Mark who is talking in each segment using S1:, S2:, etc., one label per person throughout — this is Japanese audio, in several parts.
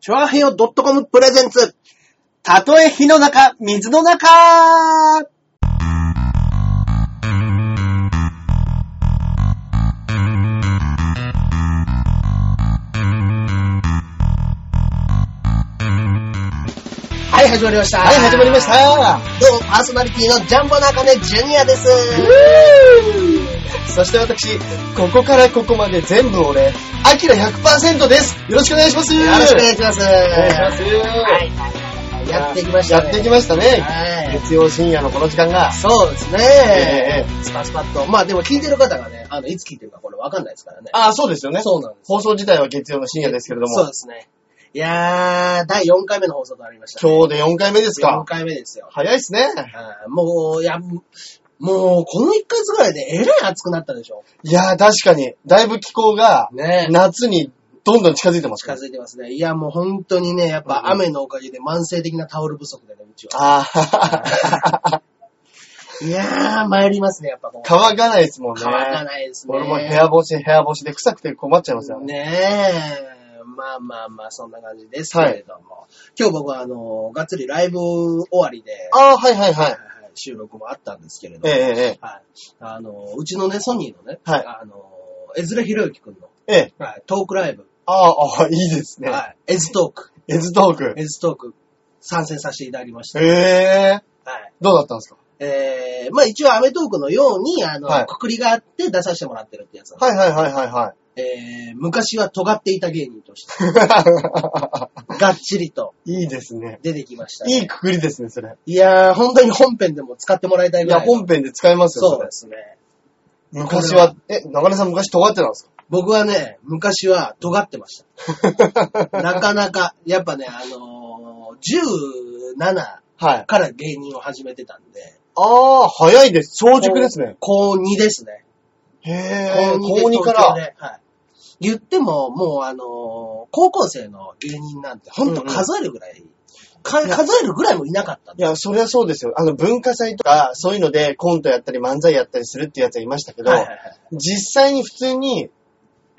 S1: チョアヘヨ .com プレゼンツ。たとえ火の中、水の中
S2: はい、始まりました。
S1: はい、始まりました。どうも、パーソナリティのジャンボ中根ジュニアです。
S2: そして私、ここからここまで全部俺、アキラ100%です。よろしくお願いします。
S1: よろしくお願いします。お
S2: お願いします。
S1: すやってきましたね
S2: やってきましたね。
S1: はい。
S2: 月曜深夜のこの時間が。
S1: そうです
S2: え
S1: ね。スパスパッと。まあでも聞いてる方がね、あの、いつ聞いてるかこれわかんないですからね。
S2: ああ、そうですよね。
S1: そうなんです。
S2: 放送自体は月曜の深夜ですけれど
S1: そう
S2: も
S1: で、すね。いやー、第4回目の放送となりました、
S2: 今日で4回目です
S1: 4
S2: か。
S1: 回目ですよ。
S2: 早いっすね。
S1: あーもう、いや、もう、この1ヶ月ぐらいでえらい暑くなったでしょ。
S2: いやー、確かに、だいぶ気候が、
S1: ね
S2: 夏にどんどん近づいてます
S1: 近
S2: から。
S1: づいてますね。いや、もう本当にね、やっ
S2: うんうん
S1: ぱ雨のおかげで慢性的なタオル不足でね、うちは。
S2: ああ、
S1: いやー、参りますね、やっぱもう。
S2: 乾かないですもんね。
S1: 乾かないですね。
S2: 俺も部屋干し、部屋干しで臭くて困っちゃいますよね。
S1: ねえ。まあまあまあ、そんな感じですけれども。今日僕は、あの、がっつりライブ終わりで、
S2: ああ、はいはいは
S1: はい
S2: い。
S1: はい収録もあったんですけれど
S2: え
S1: も、
S2: ええ
S1: はい。あの、うちのね、ソニーのね、
S2: はい
S1: あの、エズレヒロユキくんの、
S2: えええ。
S1: はい、トークライブ、
S2: ああ、ああいいですね。
S1: はい、エズトーク、
S2: エズトーク。
S1: エズトーク、参戦させていただきました。
S2: ええ
S1: はい。
S2: どうだったんですか
S1: えー、まあ一応アメトークのように、あの、
S2: はい
S1: くくりがあって出させてもらってるってやつなんで
S2: はいはいはいはいは
S1: えー、昔は尖っていた芸人と して、がっちりと
S2: い。いいですね。
S1: 出てきました、
S2: いいくくりですね、それ。
S1: いやー、本当に本編でも使ってもらいたい
S2: い
S1: ぐら
S2: や、
S1: い。
S2: 本編で使えますよ、
S1: そう
S2: それ
S1: で。すね。
S2: 昔は、え、中根さん昔尖ってたんですか
S1: 僕はね、昔は尖ってま した。なかなか、やっぱね、あのー、17
S2: はい。
S1: から芸人を始めてたんで、
S2: ああ、早いです。早熟ですね。
S1: 高2ですね。
S2: へえ、
S1: で
S2: 高2
S1: 東京
S2: から。
S1: ではい。言っても、もうあのー高校生の芸人なんて、ほんと数えるぐらい、か数えるぐらいもいなかったん
S2: い
S1: で
S2: や、それはそうですよ。あの、文化祭とか、そういうのでコントやったり漫才やったりするってやつはいましたけど、
S1: はいはいはい
S2: 実際に普通に、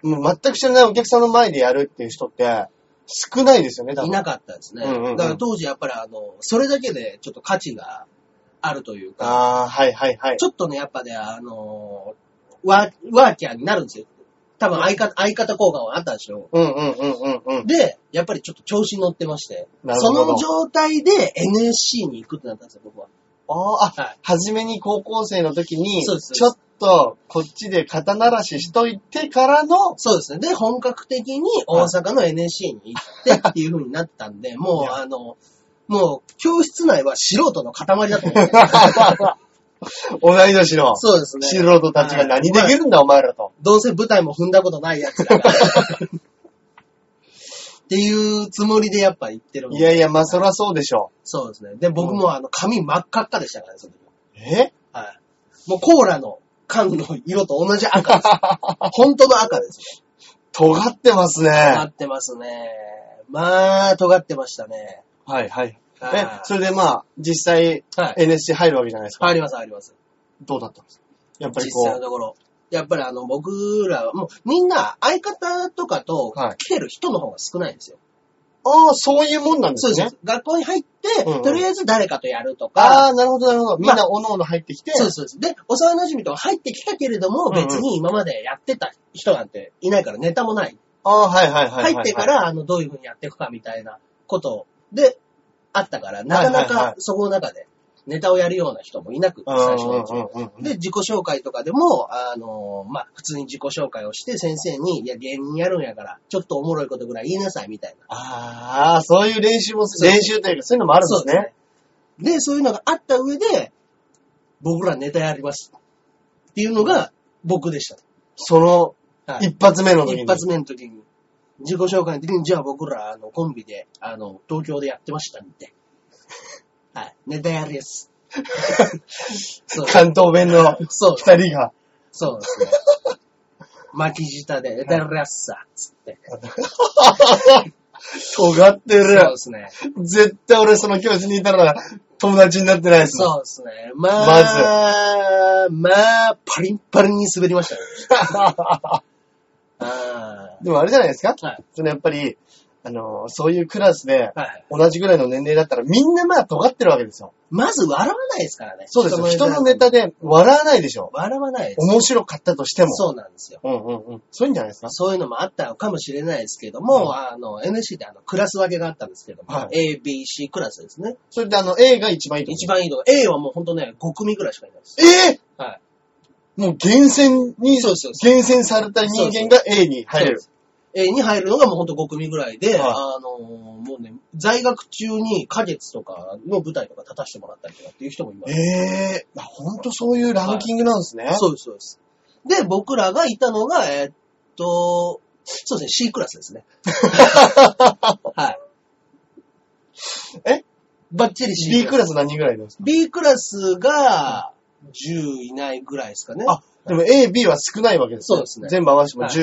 S2: もう全く知らないお客さんの前でやるっていう人って、少ないですよね、多分。
S1: いなかったですね。
S2: うんうんうん
S1: だから当時やっぱりあの、それだけでちょっと価値があるというか、
S2: ああ、はいはいはい。
S1: ちょっとね、やっぱね、あのーワー、ワーキャーになるんですよ。多分相方、相方効果はあったでしょ
S2: うんうんうんうんうん。
S1: で、やっぱりちょっと調子に乗ってまして、
S2: なる
S1: そ
S2: ほど
S1: の状態で NSC に行くってなったんですよ、僕は。
S2: あーあ、
S1: はい
S2: 初めに高校生の時に、
S1: そうです
S2: ちょっとこっちで肩慣らししといてからの、
S1: そうですね。で、本格的に大阪の NSC に行ってっていう風になったん で、も
S2: いうや
S1: あの、もう教室内は素人の塊だと思 って。
S2: 同い年の
S1: そうですね。
S2: 素人たちが何できるんだ、お前らと。
S1: どうせ舞台も踏んだことないやつだ から。っていうつもりでやっぱ行ってるんで
S2: いやいや、まあそらそうでしょ
S1: そうですね。で、僕もあの、髪真っ赤っかでしたからね、その時は。
S2: う。え
S1: はい。もうコーラの缶の色と同じ赤 です。本当の赤ですよ。
S2: 尖ってますね。
S1: 尖ってますね。まあ、尖ってましたね。
S2: はいはい。え
S1: は、い
S2: それでまあ、実際、
S1: はい
S2: NSC 入るわけじゃないですか。
S1: あります、あります。
S2: どうだったんですかやっぱり
S1: 実際の
S2: こと
S1: ころ。やっぱりあの、僕らは、もうみんな相方とかと
S2: はい
S1: 来てる人の方が少ないんですよ。
S2: う、ああ、そういうもんなんで
S1: そう
S2: す
S1: です
S2: ね。
S1: ね。学校に入って、
S2: うんうん
S1: とりあえず誰かとやると
S2: あ
S1: か、
S2: あ、なるほどなるほど。みん
S1: ま
S2: なおのおの入ってきて、
S1: そうです、そうです。で、幼馴染とか入ってきたけれども、
S2: うんうん
S1: 別に今までやってた人なんていないからネタもない。
S2: ああ、はいはいはいはいはい。
S1: 入ってから、あの、どういう風にやっていくかみたいなことで、あったから、なかな
S2: はいはいは
S1: か
S2: い
S1: そこの中でネタをやるような人もいなくて、
S2: う
S1: 最
S2: んうん
S1: 初
S2: う
S1: の
S2: ん
S1: うち
S2: うんうん、
S1: で、自己紹介とかでも、あのまあ、普通に自己紹介をして、先生に、いや、芸人やるんやから、ちょっとおもろいことぐらい言いなさい、みたいな。
S2: ああ、そういう練習もす、
S1: そう
S2: 練習というか、そういうのもあるんですね。
S1: そうですね。で、そういうのがあった上で、僕らネタやります。っていうのが、僕でし
S2: そ
S1: た。は
S2: の、
S1: い。
S2: 一発目の時に。
S1: 一発目の時に、自己紹介の時に、じゃあ僕ら、あの、コンビで、あの、東京でやってましたんで。はい。ネタやり です。そう。
S2: 関東弁の
S1: そう。
S2: 二人が。
S1: そうですね。巻き舌で、ネタやりやすさ、つって。
S2: 尖ってる。
S1: そうですね。
S2: 絶対俺その教室にいたら友達になってないですもん。
S1: そうですね。まあ、まあ、パリンパリンに滑りま したね。あ
S2: でもあれじゃないですか
S1: はい
S2: そのやっぱり、あの、そういうクラスで、
S1: はい。
S2: 同じぐらいの年齢だったら、みんなまあ尖ってるわけですよ。
S1: まず笑わないですからね。
S2: そうですよ。人のネ
S1: タ。
S2: タで笑わないでしょ。
S1: 笑わないです。
S2: 面白かったとしても。
S1: そうなんですよ。
S2: う。んうんうん。そういうんじゃないですか。
S1: そういうのもあったのかもしれないですけど
S2: う
S1: も、
S2: ん
S1: あの、NC であの、クラス分けがあったんですけども、
S2: は
S1: ABC クラスですね。
S2: それであの、A が一番いいと思
S1: 一番いいのが、A はもうほんとね、5組ぐらいしかいないです。
S2: う。え
S1: は
S2: ー、もう厳選に、
S1: そうですそうで
S2: 厳選された人間が A に入れる。
S1: い。A に入るのがもうほんと5組ぐらいで、
S2: はい
S1: あの、もうね、在学中に花月とかの舞台とか立たせてもらったりとかっていう人もいます。
S2: ええー、まあほんとそういうランキングなんですね。
S1: そうです、そうです。で、僕らがいたのが、えーっと、そうですね、C クラス ですね。はい。
S2: え
S1: バッチリ C
S2: B クラス何人ぐらいなんですか
S1: B クラスが10いないぐらいですかね。
S2: あ、でも A、B は少ないわけです
S1: そ
S2: ね。
S1: うですね
S2: 全部合わせても
S1: はい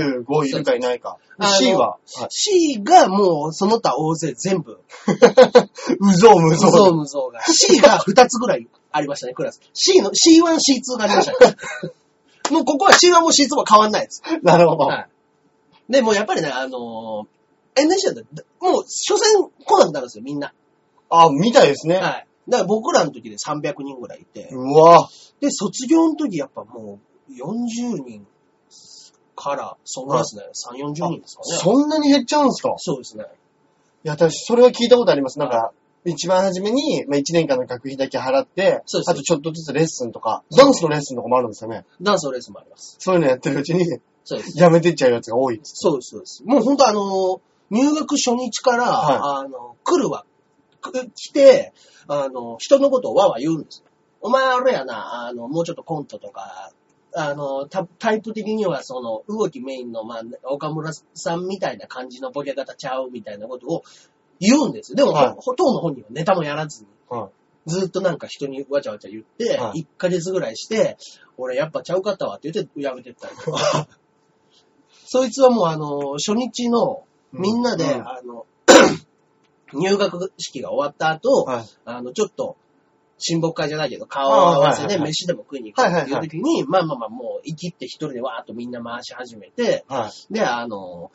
S2: 15いるかいないか。で
S1: あの
S2: C は、は
S1: C がもうその他大勢全部、
S2: い、 うぞうむ
S1: 無
S2: ぞ
S1: 造
S2: う。
S1: 無造が。C が2つぐらいありましたね、クラス。C の、C1、C2 がありま したね。もうここは C1 も C2 も変わんないです。
S2: なるほど。
S1: はい。で、もうやっぱりね、あのー、NHK だって、もう、所詮来なくなるんですよ、みんな。
S2: あ、みたいですね。
S1: はい。だから僕らの時で300人ぐらいいて、
S2: うわ
S1: で、卒業の時やっぱもう40人から、そんなですね、3、40人ですかね。
S2: そんなに減っちゃうんですか
S1: そうですね。
S2: いや、私、それは聞いたことあります。なんか、一番初めに、まあ、1年間の学費だけ払って、
S1: そうです
S2: あとちょっとずつレッスンとか、ダンスのレッスンとかもあるんですよね。
S1: ダンスのレースもあります。
S2: そういうのやってるうちに、
S1: そうです。
S2: やめてっちゃうやつが多いです。
S1: そうです、そうです。もう本当あのー、入学初日から、
S2: は
S1: あの、来るわ、く来て、あの、人のことをわわ言うんですよ。お前あれやな、あの、もうちょっとコントとか、あの、タタイプ的にはその、動きメインの、まあ、岡村さんみたいな感じのボケ方ちゃうみたいなことを言うんですよ。でも、
S2: はい
S1: ほ当の本人はネタもやらずに。
S2: は
S1: ずっとなんか人にわちゃわちゃ言って、
S2: はい
S1: 1ヶ月ぐらいして、俺やっぱちゃうかったわって言ってやめてったりとか。 そいつはもうあの、初日のみんなで、
S2: うん
S1: あの、 入学式が終わった後、
S2: はい。
S1: あの、ちょっと、親睦会じゃないけど、顔を合わせ
S2: あはいはい
S1: で
S2: はい
S1: 飯でも食いに行くっていう時に、まあまあまあもう、生きって一人でわーっとみんな回し始めて、
S2: はい。
S1: で、あの、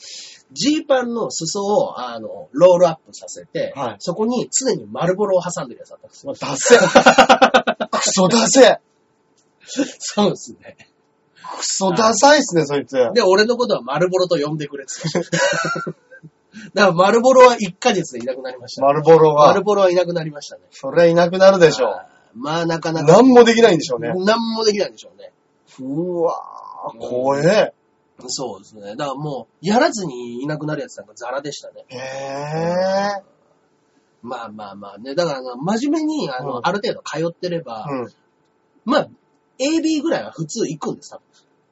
S1: ジーパンの裾を、あの、ロールアップさせて、
S2: はい
S1: そこに常に丸ボロを挟んでるやつだったんですよ
S2: まあ、ダセ。クソダセ。
S1: そうですね。
S2: クソダサいっすね、そいつ。
S1: で、俺のことは丸ボロと呼んでくれって 言ってました。だから丸ボロは1ヶ月でいなくなりました。
S2: 丸ボロは
S1: 丸。ボロはいなくなりましたね。
S2: それいなくなるでしょう
S1: あ。ーまあ、なかなか。
S2: 何もできないんでしょうね。
S1: 何もできないんでしょうね。
S2: うわぁ、怖え。
S1: そうですね。だからもう、やらずにいなくなるやつなんかザラでしたね。
S2: へぇ
S1: まあまあまあね。だからあの、真面目に、あの、
S2: うん
S1: ある程度通ってれば、
S2: うん。
S1: まあ、AB ぐらいは普通行くんです、多分。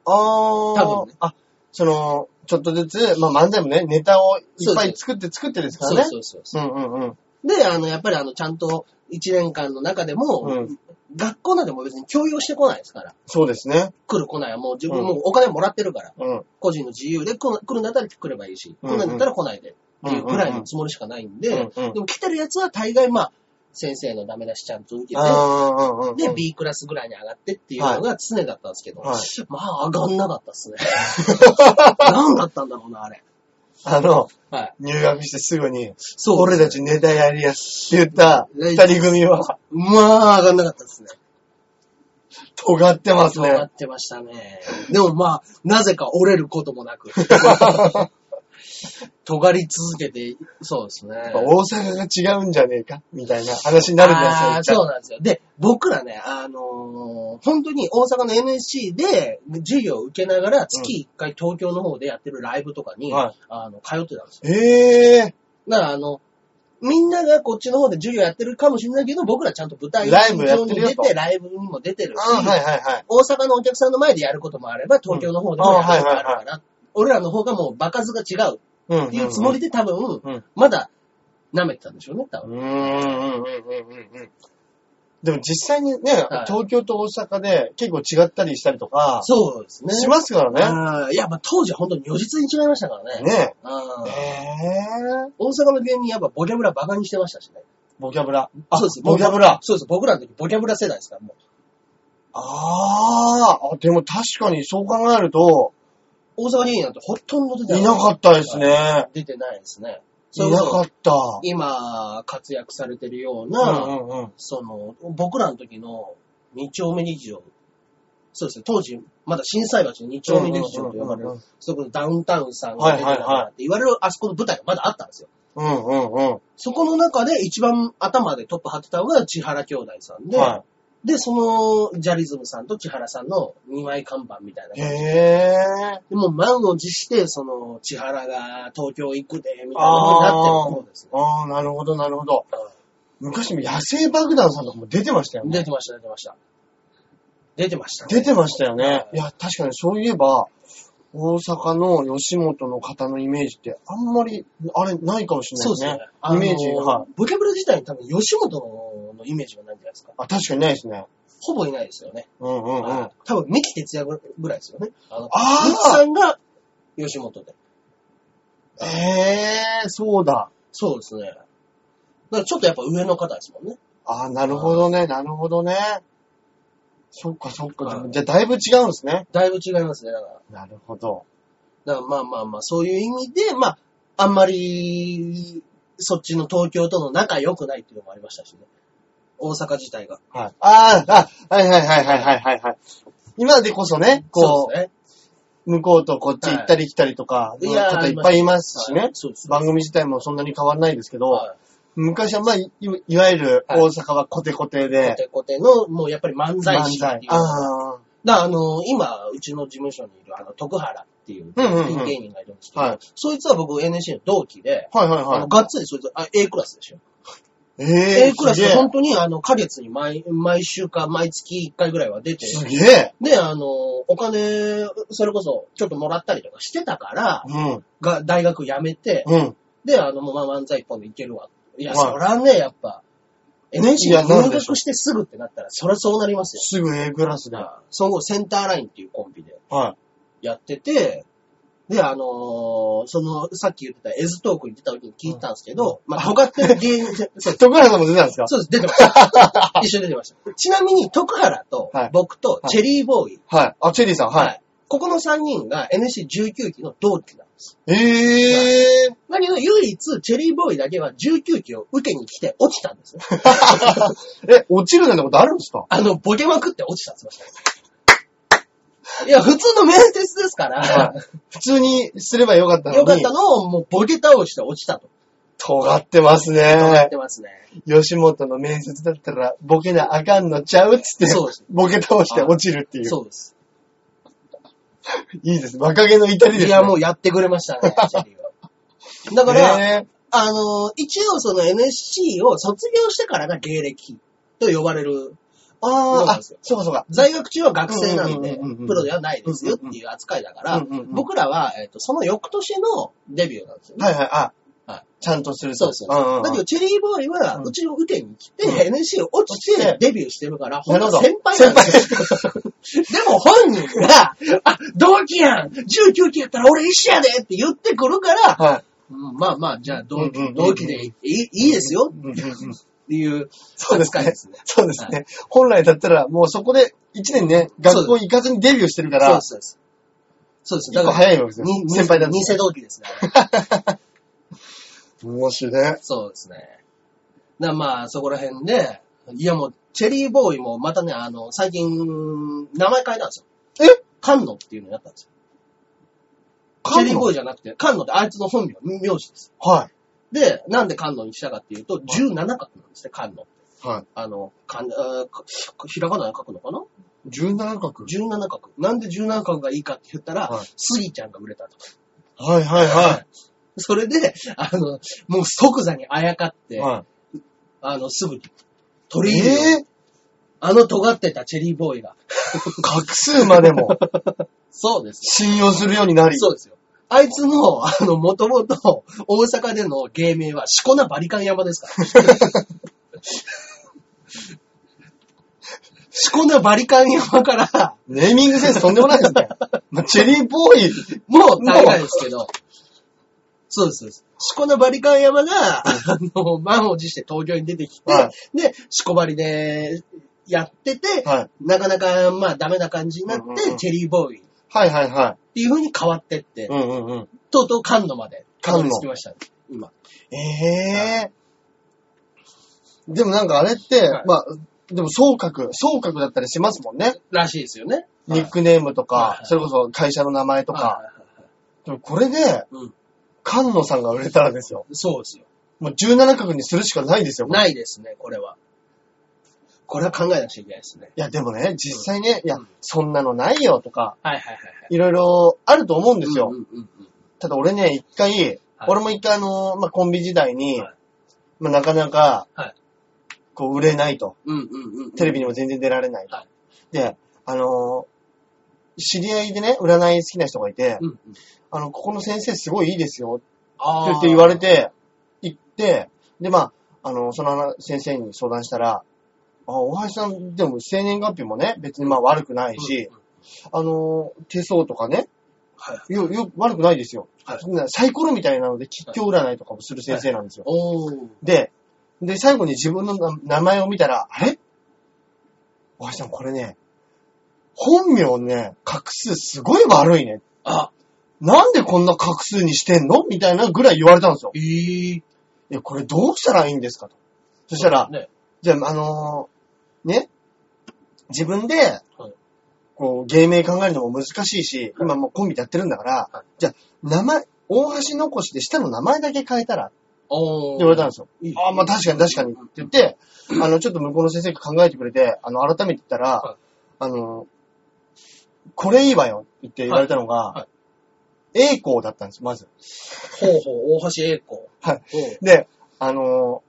S2: あー。
S1: 多分ね
S2: あ、その、ちょっとずつ、まあ漫才もね、ネタをいっぱい作って作ってですか
S1: そう
S2: らね。
S1: そうそうそう
S2: うんうんうん。
S1: う。で、あの、やっぱりあの、ちゃんと1年間の中でも、
S2: うん
S1: 学校なんてもう別に強要してこないですから。
S2: そうですね。
S1: 来る来ないはもう自
S2: う
S1: 分
S2: ん
S1: もうお金もらってるから、
S2: うん。
S1: 個人の自由で来る来るんだったら来ればいいし、
S2: うん
S1: 来ないんだったら来ないでっていうぐらい
S2: うんうんう
S1: の
S2: ん
S1: つもりしかないんで、
S2: うんうん
S1: でも来てるやつは大概まあ、先生のダメ出しちゃんと受けて、
S2: あーうんうんうん。
S1: で、B クラスぐらいに上がってっていうのが常だったんですけど、
S2: はい
S1: まあ上がんなかったっす ね。何だったんだろうな、あれ。
S2: あの、
S1: はい。
S2: 入学してすぐに、
S1: そう。
S2: 俺たちネタやりやすって言った二人組は、
S1: まあ上がんなかったですね。
S2: 尖ってます
S1: そうな
S2: ね
S1: っ。てましたね。でもまあ、なぜか折れることもな く。尖り続けて、そうですね。
S2: やっぱ大阪が違うんじゃねえかみたいな話になるんですよ
S1: あー。そうなんですよ。で、僕らね、あのー本当に大阪の NSC で授業を受けながら、月1回東京の方でやってるライブとかに、
S2: はい
S1: あの、通ってたんですよ。
S2: ええ
S1: だから、あの、みんながこっちの方で授業やってるかもしれないけど、僕らちゃんと舞台
S2: ライブやっ
S1: 上
S2: て
S1: に
S2: るよ
S1: 出
S2: と
S1: て、ライブにも出てるし、
S2: あーはいはいはい。
S1: 大阪のお客さんの前でやることもあれば、東京の方でもやることもある
S2: うんあーは
S1: か
S2: い
S1: ら、俺らの方がもう場数が違う
S2: うん
S1: っていうつもりで多分、
S2: うん
S1: まだ舐めてたんでしょうね、多
S2: う
S1: 分。
S2: んうんうんうんうんうん。でも実際にね、
S1: はい
S2: 東京と大阪で結構違ったりしたりとか、
S1: そうですね。
S2: しますからね。
S1: あーいや、まあ、当時は本当に如実に違いましたからね。
S2: ね
S1: あー
S2: え。え
S1: 大阪の芸人やっぱボキャブラバカにしてましたしね。
S2: ボキャブラ。あ
S1: そうです。
S2: ボキャブラ。
S1: そうです。僕らの時ボキャブラ世代ですから、もう。
S2: あーあ、でも確かにそう考えると、
S1: 大阪芸人なんてほとんど出て
S2: いなかったですね。
S1: 出てないですね。それ
S2: い
S1: こ
S2: な
S1: そ
S2: かった。
S1: 今、活躍されてるよう
S2: う
S1: な、
S2: んうんうん。
S1: その、僕らの時の二丁目劇場、そうですね、当時、まだ震災橋の二丁目劇場と呼ばれ
S2: うんうんうんう
S1: る
S2: ん、
S1: そこのダウンタウンさんが出てた
S2: はいはい
S1: から
S2: は
S1: って言われるあそこの舞台がまだあったんですよ。
S2: うんうん
S1: そこの中で一番頭でトップ張ってたのが千原兄弟さん
S2: うん。
S1: で、
S2: は。。
S1: で、その、ジャリズムさんと千原さんの二枚看板みたいない
S2: へぇ
S1: でもう満を持して、その、千原が東京行くで、みたいなことになってるんですね
S2: ー。。ああ、なるほどなるほど。昔も野生爆弾さんとかも出てましたよね。
S1: 出てました、出てました。出てました、
S2: 出てましたよね
S1: は。い
S2: いや、確かにそういえば、大阪の吉本の方のイメージって、あんまり、あれ、ないかもしれない
S1: そう
S2: で
S1: ですす
S2: ね
S1: ね。。あ
S2: イ
S1: の
S2: メージ、はい。
S1: ボキャブラ自体に多分吉本のイメージがないんじゃないですか。
S2: あ、確かにないですね。
S1: ほぼいないですよね。
S2: うんうんうん。
S1: 多分、三木哲也ぐらいですよね。あの、
S2: あー
S1: 三木さんが吉本で。
S2: ええー、そうだ。
S1: そうですね。だからちょっとやっぱ上の方ですもんね。
S2: あーなるほどね、なるほどね。そっかそっか
S1: は。い
S2: じゃあ、だいぶ違うんですね。
S1: だいぶ違いますね。だから、
S2: なるほど。
S1: だからまあまあまあ、そういう意味で、まあ、あんまり、そっちの東京との仲良くないっていうのもありましたしね。大阪自体が。
S2: はい。ああ、あ、はいはいはいはいはいはいはい。今でこそね、こ、
S1: そううですね。
S2: 向こうとこっち行ったり来たりとか、
S1: いやー
S2: 方いっぱいいますし
S1: はい
S2: ね。
S1: そうですね。
S2: 番組自体もそんなに変わらないですけど、
S1: は
S2: 昔はまあ、いいわゆる大阪はコテコテ
S1: いコ
S2: で、
S1: テコテの、もうやっぱり漫才
S2: 漫
S1: 師って
S2: 才
S1: い。う。
S2: ああ、
S1: だからあの、今、うちの事務所にいる、あの、徳原っていう、
S2: うんうんうん
S1: 芸人がいるんですけど、
S2: はい
S1: そいつは僕 NSC の同期で、
S2: はいはい
S1: あの、
S2: は
S1: がっつりそいつ、あ A クラスでしょ。
S2: い。ええ
S1: A クラス
S2: すげ
S1: で
S2: え
S1: 本当に、あの、花月に毎、毎週か毎月1回ぐらいは出て、
S2: すげえ。
S1: で、あの、お金、それこそ、ちょっともらったりとかしてたから、
S2: うん、
S1: が、大学辞めて、
S2: うん。
S1: で、あの、もうまあ漫才一本でいけるわ。いや、
S2: はい
S1: そらね、やっぱ、NSC
S2: いや
S1: に
S2: な
S1: 入
S2: るでしょ
S1: 学してすぐってなったら、そらそうなりますよ。
S2: すぐ A クラスで。は
S1: その後、センターラインっていうコンビで。
S2: い。
S1: やってて、で、あのーその、さっき言ってたエズトークに出た時に聞いたんですけど、まあ、尖ってる芸 人、そう
S2: 徳原さんも出たんですか
S1: そうです、出てま した。一緒に出てました。ちなみに、徳原と
S2: はい
S1: 僕とチェリーボーイ、
S2: はい。あ、チェリーさん、はい。
S1: ここの3人が NC19 期の同期なんです。
S2: ええー。
S1: だけど、唯一、チェリーボーイだけは19期を受けに来て落ちたん ですよ。
S2: え、落ちるなんてことあるんですか
S1: あの、ボケまくって落ちたんですよ。いや、普通の面接ですから、
S2: 普通にすればよかったのに。
S1: よかったのをもうボケ倒して落ちたと。
S2: 尖ってます
S1: やっ
S2: ね。
S1: てますね。
S2: 吉本の面接だったら、ボケなあかんのちゃうっつって、
S1: そうです
S2: ボケ倒して落ちるっていう。
S1: そうです。
S2: いいですね。若気の至りです、ね。
S1: いや、もうやってくれましたね、チェリーは。だから、
S2: ね
S1: あの、一応その NSC を卒業してからが芸歴と呼ばれる、
S2: あ
S1: そうな
S2: ー
S1: ん
S2: あ、
S1: ですよ
S2: そうかそうか。
S1: 在学中は学生なんで、
S2: うんうんうんうんうん
S1: プロではないですよっていう扱いだか
S2: う
S1: ら
S2: んうんうん、
S1: 僕らは、えっとその翌年のデビューなんですよね。
S2: はいはい、あ、
S1: はい
S2: ちゃんとする
S1: そう
S2: と
S1: です
S2: うんうんう
S1: よ。
S2: ん
S1: だけど、チェリーボーイは
S2: うん、
S1: うちの受けに来て、
S2: うん
S1: NSC を落ち
S2: 落ちて
S1: てデビューしてるから、
S2: な
S1: 本
S2: るほ
S1: 当
S2: ど。
S1: 先輩なんですよ。 でも本人 が、あ、同期やん !19 期やったら俺一緒やでって言ってくるから、
S2: はい。
S1: うんまあまあ、じゃあ同
S2: うんうんうんう
S1: 期、
S2: ん
S1: 同期でいいいいですよ
S2: うんうんうん
S1: っていう
S2: そうです
S1: 扱い
S2: ね
S1: ですね。。
S2: そうですね。本来だったら、もうそこで1年ね、学校行かずにデビューしてるか
S1: そうで
S2: ら
S1: す、、そうです。そうです。
S2: 一個早いわけですよ
S1: に。
S2: 先輩だと。
S1: 偽同期ですね。
S2: 面白いね。
S1: そうですね。だからまあ、そこら辺で、いやもう、チェリーボーイもまたね、あの、最近、名前変えたんですよ。
S2: え
S1: カンノっていうのになったんですよ。チェリーボーイじゃなくて、カンノってあいつの本名、名字です。
S2: は
S1: で、なんでカンノにしたかっていうと、17画なんですね、カンノ。
S2: い。は。
S1: あの、かん、あーかひらがなで書くのかない
S2: 17角
S1: ?17 角。なんで17角がいいかって言ったら、
S2: はい
S1: スギちゃんが売れたと。
S2: はいはいは
S1: それで、あの、もう即座にあやかっ
S2: い。
S1: て、
S2: は
S1: あの、すぐに取
S2: い。
S1: り入れよう
S2: え
S1: あの尖ってたチェリーボーイが。
S2: ぇ画数までも
S1: そうです。
S2: 信用するようになり。
S1: そうですよ。あいつの、あの、もともと、大阪での芸名は、シコナバリカン山です から。シコナバリカン山から、
S2: ネーミングセンスとんでもな いですね。まあチェリーボーイ、
S1: もう大概ですけど、そうですそうです。シコナバリカン山が、あの、満を持して東京に出てきて、
S2: は
S1: で、シコバリでやってて、
S2: はい
S1: なかなか、まあ、ダメな感じになって、
S2: うんうんうん
S1: チェリーボーイっ
S2: はいはいは
S1: ていう風に変わってって
S2: い。、うんうんうん。
S1: とうとう感度まで、
S2: 感度
S1: たどり着きましたね。今。
S2: ええでもなんかあれって、
S1: はい
S2: まあ、でも総格、総格だったりしますもんね。
S1: らしいですよね。
S2: ニックネームとか、
S1: はい
S2: それこそ会社の名前と
S1: と
S2: か。。でもこれで、
S1: うん
S2: 菅野さんが売れたらですよ。
S1: そうですよ。
S2: もう17角にするしかないですよ。これ
S1: ないですね、これは。これは考えなくちゃいけないですね。
S2: いや、でもね、実際ね、いや
S1: うん、
S2: そんなのないよとか、
S1: はいはいはいはい。
S2: いろいろあると思うんですよ。
S1: うんうんうんうん
S2: ただ俺ね、一回、俺も一回あの、まあ、コンビ時代に、
S1: はい
S2: まあ、なかなか、
S1: はい
S2: こう、売れないと。
S1: うんうんうん。
S2: テレビにも全然出られないと。
S1: はい
S2: で、あのー知り合いでね、占い好きな人がいて、
S1: うんうん。
S2: あの、ここの先生すごいいいですよって
S1: あ
S2: 言って言われ。て、行って、で、まあ、あの、その先生に相談したら、あ、大橋さん、でも生年月日もね、別にまあ悪くないし、
S1: うんうん
S2: あのー手相とかね、
S1: はい。
S2: よ、よ、悪くないですよ。
S1: はい
S2: そんなサイコロみたいなので、吉祥占いとかもする先生なんですよ。
S1: おー。
S2: で、で、最後に自分の名名前を見たら、あれお橋さん、これね、本名ね、画数すごい悪いね。
S1: あ、
S2: なんでこんな画数にしてんのみたいなぐらい言われたんですよ。
S1: えー。
S2: いや、これどうしたらいいんですかと。そしたら、
S1: ね。
S2: じゃあ、あのーね、自分で
S1: はい、
S2: こう、芸名考えるのも難しいし、今もうコンビでやってるんだから、
S1: はい
S2: じゃあ、名前、大橋残しで下の名前だけ変えたらって
S1: おー。
S2: 言われたんですよ。
S1: いい
S2: ああ、まあ確かに確かにって言って、あの、ちょっと向こうの先生が考えてくれて、あの、改めて言ったら、
S1: はい
S2: あの、これいいわよって言われたの
S1: は
S2: が、栄光だったんです、まず。
S1: ほうほう、大橋栄子。
S2: はい
S1: い。
S2: で、あの、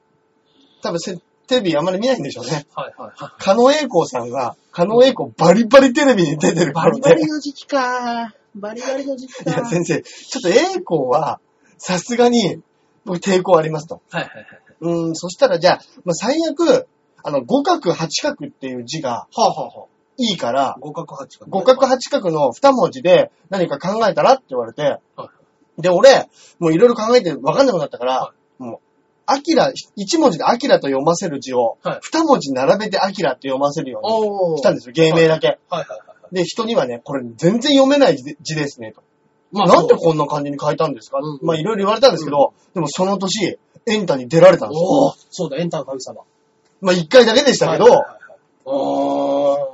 S2: 多分せテレビあんまり見ないんでしょうね。
S1: はいはいは
S2: 加納栄光さんが、加納栄光バリバリテレビに出てる
S1: い。バ
S2: 頃
S1: リバ
S2: で、
S1: リの時期か。バリバリの時期
S2: い
S1: か。
S2: や、先生、ちょっと栄光は、さすがに、僕抵抗ありますと。
S1: はいはいはい。
S2: うーん、そしたらじゃあ、まあ、最悪、あの、五角八角っていう字が
S1: はあ、はあはい
S2: いから
S1: あ、、五角八角。
S2: 五角八角の二文字で何か考えたらって言われて、
S1: は
S2: で、俺、もういろいろ考えて分かんなくなったから、
S1: は
S2: もう、アキラ、一文字でアキラと読ませる字を、
S1: はい
S2: 二文字並べてアキラって読ませるよう
S1: おー。
S2: にしたんですよ、芸名だけ。
S1: はいはいはいはい。
S2: で、人にはね、これ全然読めない字字ですね、と。
S1: ま
S2: なんでこんな感じに変えたんですか、
S1: うん
S2: まあいろいろ言われたんですけど、でもその年、エンタに出られたんです
S1: お
S2: よ。
S1: ー。そうだ、エンタの神様。
S2: まあ一回だけでしたけど、
S1: はいはいはいはいおー。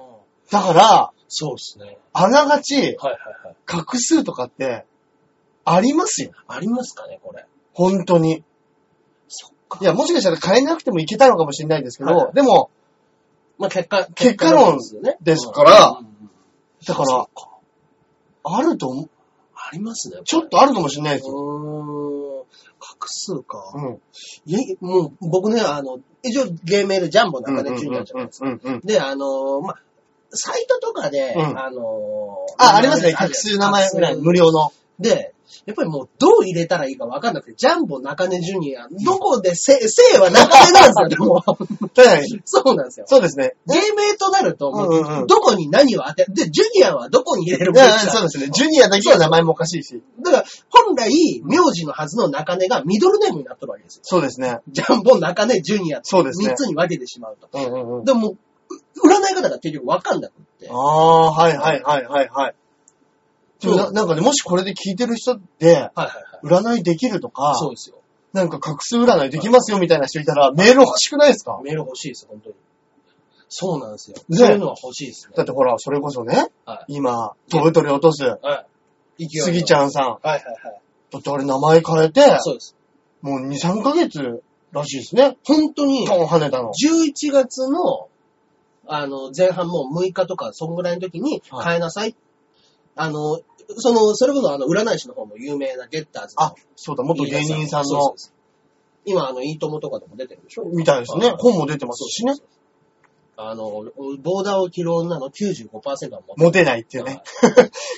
S2: だから、
S1: そうですね。
S2: あながち、
S1: はいはいはい。
S2: 画数とかって、ありますよ。
S1: ありますかね、これ。
S2: 本当に。
S1: そっか
S2: いや、もしかしたら変えなくてもいけたのかもしれないですけど、
S1: はいはい
S2: でも、
S1: まあ、結果、
S2: 結果論
S1: ですよね
S2: ですから
S1: うんうんうん
S2: だか
S1: そ
S2: ら
S1: っ、か
S2: あると思う、
S1: ありますね。これ
S2: ちょっとあるかもしれないですよ。
S1: うーん。画数
S2: う
S1: か。
S2: ん。
S1: いえもう、僕ね、あの、一応、芸名でジャンボ中根ジュニアじゃないですか。
S2: うんうんうん
S1: で、あのー、まあ、サイトとかで、
S2: うん
S1: あのー、
S2: あ、ありますね。
S1: 画
S2: 画
S1: 数
S2: 数名前ぐらい、無料の。
S1: で、やっぱりもうどう入れたらいいか分かんなくて、ジャンボ中根ジュニア、どこでせ、姓は中根なん ですよ、もう
S2: 確かに。
S1: そうなんですよ。
S2: そうですね。
S1: 芸名となると、も
S2: うんうんう
S1: う、
S2: ん
S1: どこに何を当て、で、ジュニアはどこに入れる
S2: い
S1: べき
S2: や、
S1: か。
S2: そうですね。ジュニアだけは名前もおかしいし。
S1: だから、本来、名字のはずの中根がミドルネームになってるわけですよ。
S2: そうですね。
S1: ジャンボ、中根、ジュニアって
S2: そうですね
S1: 3つに分けてしまうと。
S2: うんうんうん。
S1: でももう、う占い方が結局分かんなくって
S2: あ。あ、はいはいはいはいはい。でも
S1: そ
S2: な
S1: う
S2: なんかね、もしこれで聞いてる人
S1: はい
S2: で、
S1: はいはい。
S2: 占いできるとか、
S1: そうですよ。
S2: なんか画数占いできますよみたいな人いたら、メール欲しくないですか
S1: メール欲しいです、本当に。そうなんですよ。
S2: ね
S1: そういうのは欲しいです
S2: だ
S1: ね
S2: っ。てほら、それこそね、
S1: は
S2: 今、飛ぶ鳥落とす、
S1: はい。勢い
S2: 杉ち
S1: ん。
S2: ゃんさん。
S1: はいはいはい。
S2: だってあれ名前変えて、
S1: そうです。
S2: もう2、3ヶ月らしいですね。
S1: 本当に、
S2: トン跳ねたの。
S1: 11月の、あの、前半もう6日とか、そんぐらいの時に
S2: はい
S1: 変えなさい。あの、その、それこそあの、占い師の方も有名なゲッターズの
S2: あ、そうだ、元芸人さん
S1: そうそう
S2: の、
S1: そう今、あの、いいともとかでも出てるでしょ
S2: みたいですね
S1: あ。
S2: 本も出てますしね。
S1: あの、ボーダーを着る女の95%はモ
S2: モテないって
S1: テ
S2: いう
S1: ない
S2: ね。。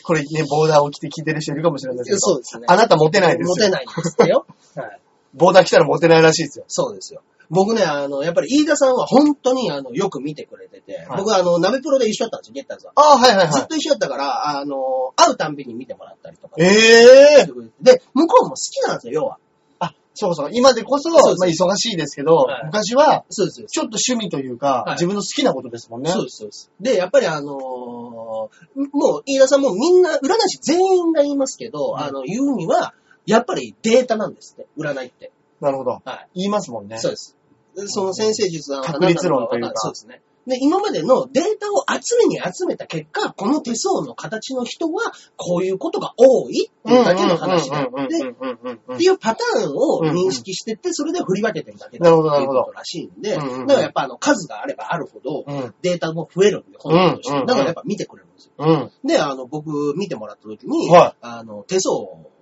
S2: これね、ボーダーを着て聞いてる人いるかもしれないですけど。
S1: そうですね。
S2: あなたモテないですよ。
S1: モテないんですって よ。はい。
S2: ボーダー来たらモテないらしいですよ。
S1: そうですよ。僕ね、あの、やっぱり飯田さんは本当に、あの、よく見てくれてて、
S2: はい
S1: 僕はあの、鍋プロで一緒だったんですよ、ゲッターズは。
S2: ああ、はいはい
S1: ずっ
S2: は
S1: と一緒だったから、あの、会うたんびに見てもらったりとか
S2: い。。ええー。
S1: で、向こうも好きなんですよ、要は。
S2: あ、そうそう。今でこそ、
S1: そう
S2: まあ、忙しいですけど、
S1: はい
S2: 昔は、
S1: そうです。そうです
S2: ちょっと趣味というか、
S1: はい
S2: 自分の好きなことですもんね。
S1: そうです、そうです。で、やっぱりあのーもう、飯田さんもみんな、占い師全員が言いますけど、
S2: うん
S1: あの、言うには、やっぱりデータなんですって、占いって。
S2: なるほど。
S1: は
S2: 言いますもんね。
S1: そうです。でその先生術は
S2: 確率論というか
S1: そうですね。で、今までのデータを集めに集めた結果、この手相の形の人は、こういうことが多いっていうだけの話で、
S2: うんうん
S1: で
S2: うんうんうんうんうん
S1: っていうパターンを認識してって、それで振り分けてるだけだ
S2: なるほど
S1: っていう
S2: なる
S1: こ
S2: ほど
S1: とらしいんで、だ
S2: うんうんうん
S1: からやっぱあの数があればあるほど、
S2: うん
S1: データも増えるんで、本人とし
S2: うんうんう
S1: て。だ
S2: ん
S1: からやっぱ見てくれるんですよ。
S2: うん。
S1: で、あの、僕見てもらった時に、
S2: はい
S1: あの、手相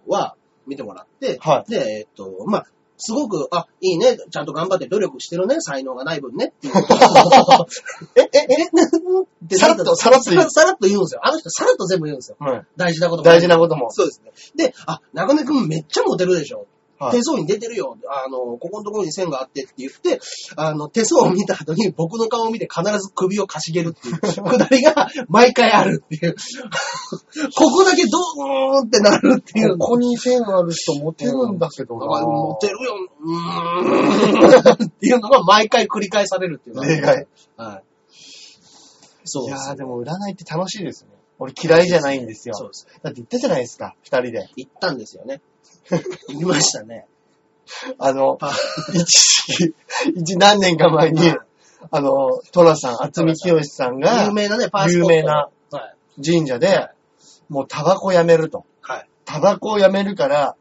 S1: は見てもらって、
S2: は
S1: で、えっと、まあ、すごく、あ、いいね、ちゃんと頑張って努力してるね、才能がない分ね、って いう。え、え、え、って
S2: さらっとさらっと言う
S1: さらっと言うんですよ。あの人さらっと全部言うんですよ。
S2: い。はい。
S1: 大事なことも
S2: 大事なことも。
S1: そうですね。で、あ、中根くんめっちゃモテるでしょ。
S2: はい
S1: 手相に出てるよ。あの、ここのところに線があってって言って、あの、手相を見た後に僕の顔を見て必ず首をかしげるっていう くだりが毎回あるっていう。ここだけドーンってなるっていう。
S2: ここに線ある人モテるんだけどな。
S1: モテるよ。うーん。っていうのが毎回繰り返されるっていうのが
S2: 例外。
S1: はい。そ
S2: いう
S1: で
S2: や
S1: す
S2: ー、でも占いって楽しいですね。俺嫌いじゃないんですよ。
S1: そうです。
S2: だって言ったじゃないですか、二人で。
S1: 行ったんですよね。行きましたね。
S2: あの、
S1: パ
S2: 一時期、一何年か前に、あの、トラさん、厚見清さんが
S1: 有、名なね、パースポット。
S2: 有名な。
S1: はい。
S2: 神社で、もうタバコやめると。
S1: はい。
S2: タバコをやめるから、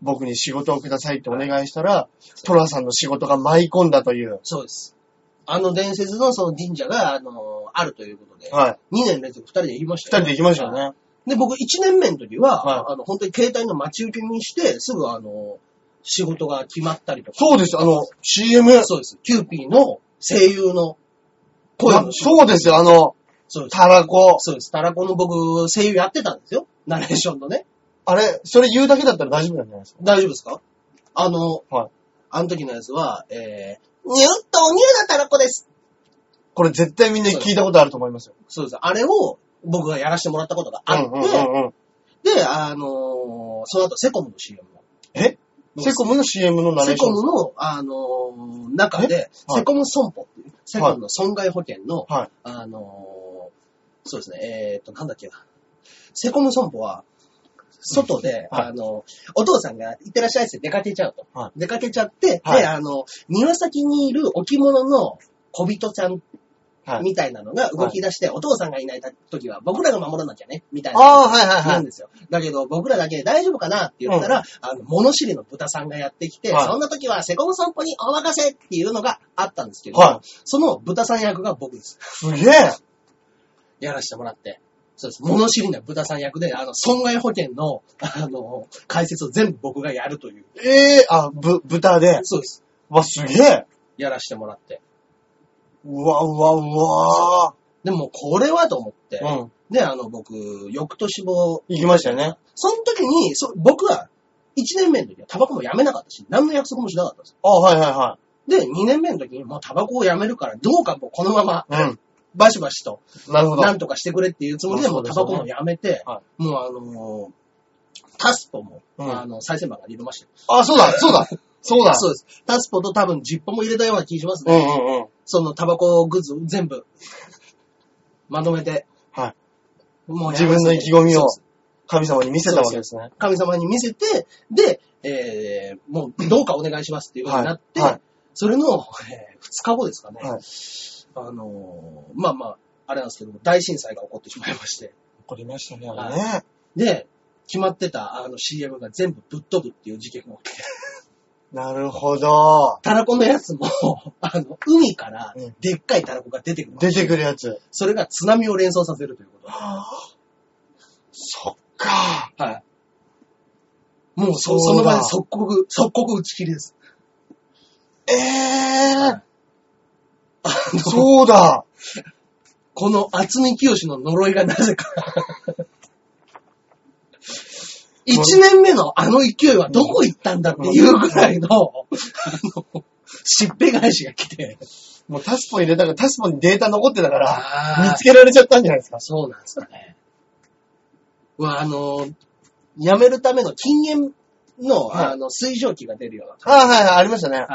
S2: 僕に仕事をくださいってお願いしたら、トラさんの仕事が舞い込んだという。
S1: そうです。あの伝説のその神社が、あの、あるということで、
S2: はい。
S1: 2年連続2人で行きまし
S2: 二
S1: た
S2: 人で行きましたよ。ね。
S1: で、僕1年目の時は、
S2: は
S1: あの、本当に携帯の待ち受けにして、すぐあの、仕事が決まったりとか。
S2: そうです、あの、CM。
S1: そうです。キューピーの声優の声
S2: な
S1: の仕事。
S2: そうですよ、あの、
S1: そうです。
S2: タバコ。
S1: そうです。タラコの僕、声優やってたんですよ。ナレーションのね。
S2: あれ、それ言うだけだったら大丈夫なんじゃないですか
S1: 大丈夫ですかあの、
S2: はい
S1: あの時のやつは、えー、ニュッとおニューなタラコです。
S2: これ絶対みんな聞いたことあると思いますよ。
S1: そうです。あれを僕がやらせてもらったことがあって、
S2: うんうんうん
S1: で、あのーその後セコムの CM も。
S2: えセコムの CM のナレ
S1: セ
S2: ーショ
S1: コ
S2: ン。
S1: ムの、あのー中で、
S2: はい
S1: セコム損保っていう、セコムの損害保険の、
S2: はい
S1: あのーそうですね、えーっと、なんだっけな。セコム損保は、外で、
S2: はい
S1: あの、お父さんが行ってらっしゃいって出かけちゃうと。
S2: は
S1: 出かけちゃって、
S2: は
S1: で、
S2: い
S1: あの、庭先にいる置物の小人ちゃん
S2: はい
S1: みたいなのが動き出して、お父さんがいない時は僕らが守らなきゃね、みたいな。
S2: ああ、はいはいは
S1: ないん。ですよ。だけど、僕らだけ大丈夫かなって言ったら、あの、物知りの豚さんがやってきて、
S2: はい
S1: そんな時はセコム散歩にお任せっていうのがあったんですけど、
S2: は
S1: その豚さん役が僕です。
S2: すげえ。
S1: やらせてもらって。そうです。物知りな豚さん役で、あの、損害保険の、あの、解説を全部僕がやるという。
S2: ええあ、ぶ、豚で。
S1: そうです。
S2: わ、すげえ。
S1: やらせてもらって。
S2: うわ、うわ、うわ
S1: でも、これはと思って、
S2: うん。
S1: で、あの、僕、翌年も、
S2: 行きましたよね。
S1: その時に、そ僕は、1年目の時はタバコもやめなかったし、何の約束もしなかったんです。
S2: あはいは
S1: で、2年目の時にもうタバコをやめるから、どうかもうこのまま、
S2: いはい。う
S1: バシバシと、
S2: ん。なるほど。
S1: なんとかしてくれっていうつもりで、
S2: まあ
S1: もう
S2: そうで
S1: タ
S2: すよ
S1: バ
S2: ね
S1: コもやめて、
S2: は
S1: もうあのータスポも、
S2: うん
S1: あの、再生馬が入れましたよ。
S2: あ、そうだ、そうだ。そうだ。
S1: そうです。タスポと多分ジッポも入れたような気します
S2: う
S1: ね。
S2: んうんうん。
S1: そのタバコグッズ全部、 まとめて、
S2: はい。
S1: もうやらせ
S2: 自
S1: て
S2: 分の意気込み
S1: そうで
S2: を
S1: す
S2: 神様に見せたわけですね。
S1: 神様に見せて、で、えー、もうどうかお願いしますっていうことになって、
S2: はいはい
S1: それの、えー、2日後ですかね、
S2: はい
S1: あのーまあまあ、あれなんですけども、大震災が起こってしまいまして、
S2: 怒りましたね、
S1: あ
S2: あ
S1: れ
S2: れ
S1: ね
S2: ね。
S1: で、決まってたあの CM が全部ぶっ飛ぶっていう事件が起きて、
S2: なるほど。
S1: タラコのやつも、 あの、海から
S2: うん
S1: でっかいタラコが出てくる。
S2: 出てくるやつ。
S1: それが津波を連想させるということ。
S2: そっか。
S1: はい。もうそ
S2: そ
S1: そう
S2: だ
S1: の場で即刻、即刻打ち切り です。
S2: ええ
S1: あの
S2: そうだ。
S1: この厚み清の呪いがなぜか。一年目のあの勢いはどこ行ったんだっていうぐらいの、あの、しっぺ返しが来て。
S2: もうタスポ入れたから、タスポにデータ残ってたから、見
S1: あ
S2: つけられちゃったんじゃないですか。
S1: そうなんですかね。うわ、あの、やめるための禁煙の、
S2: はい
S1: あの、水蒸気が出るような
S2: あはいはい、ありましたね。
S1: はい。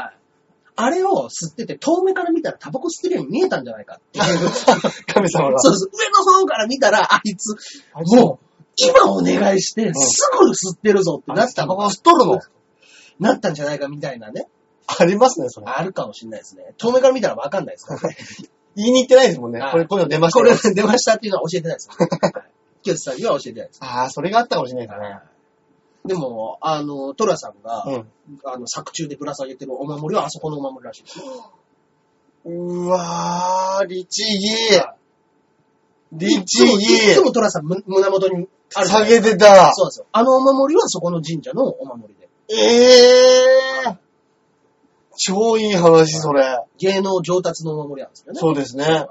S1: あれを吸ってて、遠目から見たらタバコ吸ってるように見えたんじゃないかっていう。
S2: 神様が。
S1: そうです。上の方から見たら、あいつ、
S2: も
S1: もう、今お願いして、すぐ吸ってるぞってなった
S2: タバ
S1: の
S2: コ吸っとるの
S1: なったんじゃないかみたいなね。
S2: ありますね、それ。
S1: あるかもしれないですね。遠目から見たらわかん ないですからね。
S2: 言いに行ってないですもんね
S1: はい。
S2: これ、こういうの出ました
S1: こ
S2: よ。
S1: れ出ましたっていうのは教えてない です。はい清津さんには教えてないです。
S2: ああ、それがあったかもしれないですね。
S1: でも、あの、トラさんが、
S2: うん
S1: あの、作中でぶら下げてるお守りはあそこのお守りらしいです。
S2: うわー、律儀。
S1: は
S2: 律
S1: いつ
S2: 儀。
S1: もトラさんむ胸元にあるじゃな
S2: 下
S1: い
S2: げてた。
S1: そうなんですよ。あのお守りはそこの神社のお守りで。
S2: ええー。超いい話、それ。
S1: 芸能上達のお守りなんですよね。
S2: そうですね。
S1: はい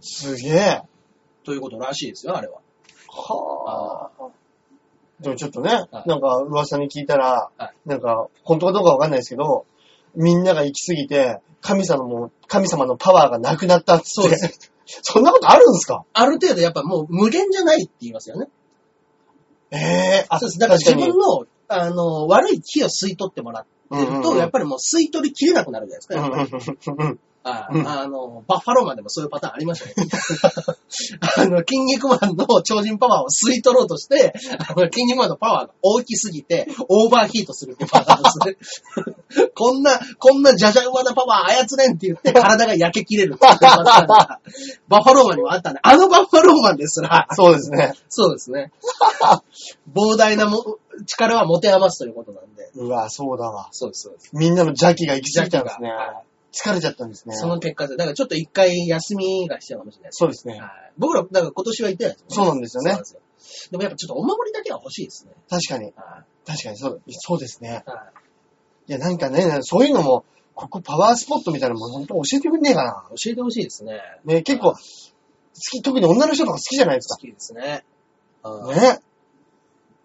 S2: すげえ。
S1: ということらしいですよ、あれは。
S2: はあ。でもちょっとね、
S1: はい
S2: なんか噂に聞いたら、
S1: は
S2: なんか本当かどうかわかんないですけど、みんなが行き過ぎて、神様も、神様のパワーがなくなったっつ
S1: そう
S2: って。
S1: で
S2: そんなことあるんですか
S1: ある程度やっぱもう無限じゃないって言いますよね。
S2: ええあ、
S1: そうです。だから自
S2: 確かに
S1: 分の、あの、悪い気を吸い取ってもらってると、
S2: うんうんうん
S1: やっぱりもう吸い取りきれなくなるじゃないですか。
S2: う
S1: やっぱり
S2: んうんうんうん
S1: あ
S2: うん
S1: あの、バッファローマンでもそういうパターンありましたね。 あの、筋肉マンの超人パワーを吸い取ろうとして、あの、筋肉マンのパワーが大きすぎて、オーバーヒートするっていうパターンですね。 こんな、こんなじゃじゃ馬なパワー操れんって言って、体が焼け切れるっていうパターンが、バッファローマンにもあったんで、あのバッファローマンですら、
S2: そうですね。
S1: そうですね。膨大なも力は持て余すということなんで。
S2: うわ、そうだわ。
S1: そうです、そうです。
S2: みんなの邪気が行き過ぎたんですね
S1: 邪気がは。
S2: 疲れちゃったんですね。
S1: その結果で、だからちょっと一回休みが必要かもしれないですね
S2: そうですね
S1: は。い僕ら、だから今年は行ってないです
S2: そうなんですよね
S1: そうなんですよでもやっぱちょっとお守りだけは欲しいですね。
S2: 確かに、
S1: は
S2: 確かにそう、そうですね。
S1: い。はい
S2: や、なんかね、そういうのも、ここパワースポットみたいなのも本当教えてくんねえかな。
S1: い。教えてほしいですね。
S2: ね、結構、
S1: は
S2: 好き、特に女の人とか好きじゃないです
S1: 好きですね。
S2: か。
S1: はい
S2: ね。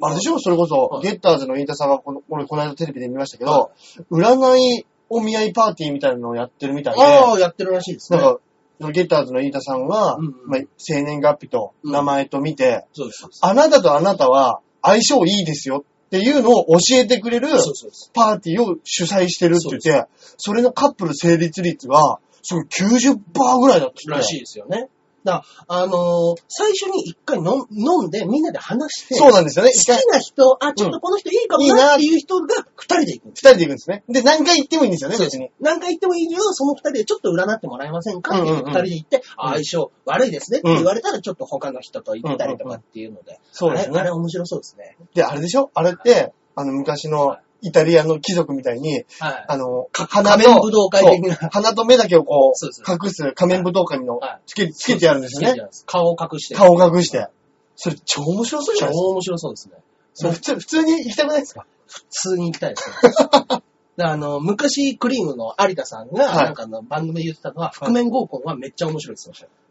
S2: あれでしょそれこ
S1: は
S2: そ、
S1: い
S2: ゲッターズの飯田さんがこの、俺この間テレビで見ましたけ
S1: は
S2: ど、占いお見合いパーティーみたいなのをやってるみたいで、
S1: ああ、やってるらしいです
S2: な
S1: ね。
S2: んか、そのゲッターズの飯田さんは、
S1: うんうん
S2: まあ、生年月日と名前と見て、
S1: そうです。そうです
S2: あなたとあなたは相性いいですよっていうのを教えてくれる
S1: そうそうです。
S2: パーティーを主催してるって言って、それのカップル成立率が、すごい90%ぐらいだったって
S1: らしいですよね。だから、あのー最初に一回飲ん飲んで、みんなで話して、
S2: そうなんですよね。一
S1: 好
S2: 回、
S1: きな人、あ、ちょっとこの人いいかも
S2: うん
S1: なっていう人が二人で行くんです。
S2: 二人で行くんですね。で、何回行ってもいいんですよね、
S1: そう
S2: 別に。
S1: 何回行ってもいいけど、その二人でちょっと占ってもらえませんかって言って
S2: うんう
S1: 二
S2: んうん
S1: 人で行って、あ相性悪いですねって言われたら、ちょっと他の人と行ったりとかっていうので。
S2: そうです
S1: あれ、あ
S2: ね
S1: れ。面白そうですね。
S2: で、あれでしょあれって、あの、昔のイタリアの貴族みたいに、
S1: はい。
S2: あの、花
S1: 仮面武道会的な
S2: そう鼻と目だけをこ
S1: そうです
S2: う、隠す仮面武道会の
S1: はい、
S2: つけ、つけてやるんですよね。
S1: 顔を隠して。
S2: 顔を隠して。それ超面白そうじゃないですか。
S1: 超面白そうですね。
S2: それ普通、普通に行きたくないですか
S1: 普通に行きたいで すね。だからあの、昔、クリームの有田さんが、
S2: はい
S1: なんかの番組で言ってたのは、覆面合コンはめっちゃ面白いって言ってましたよ。
S2: うん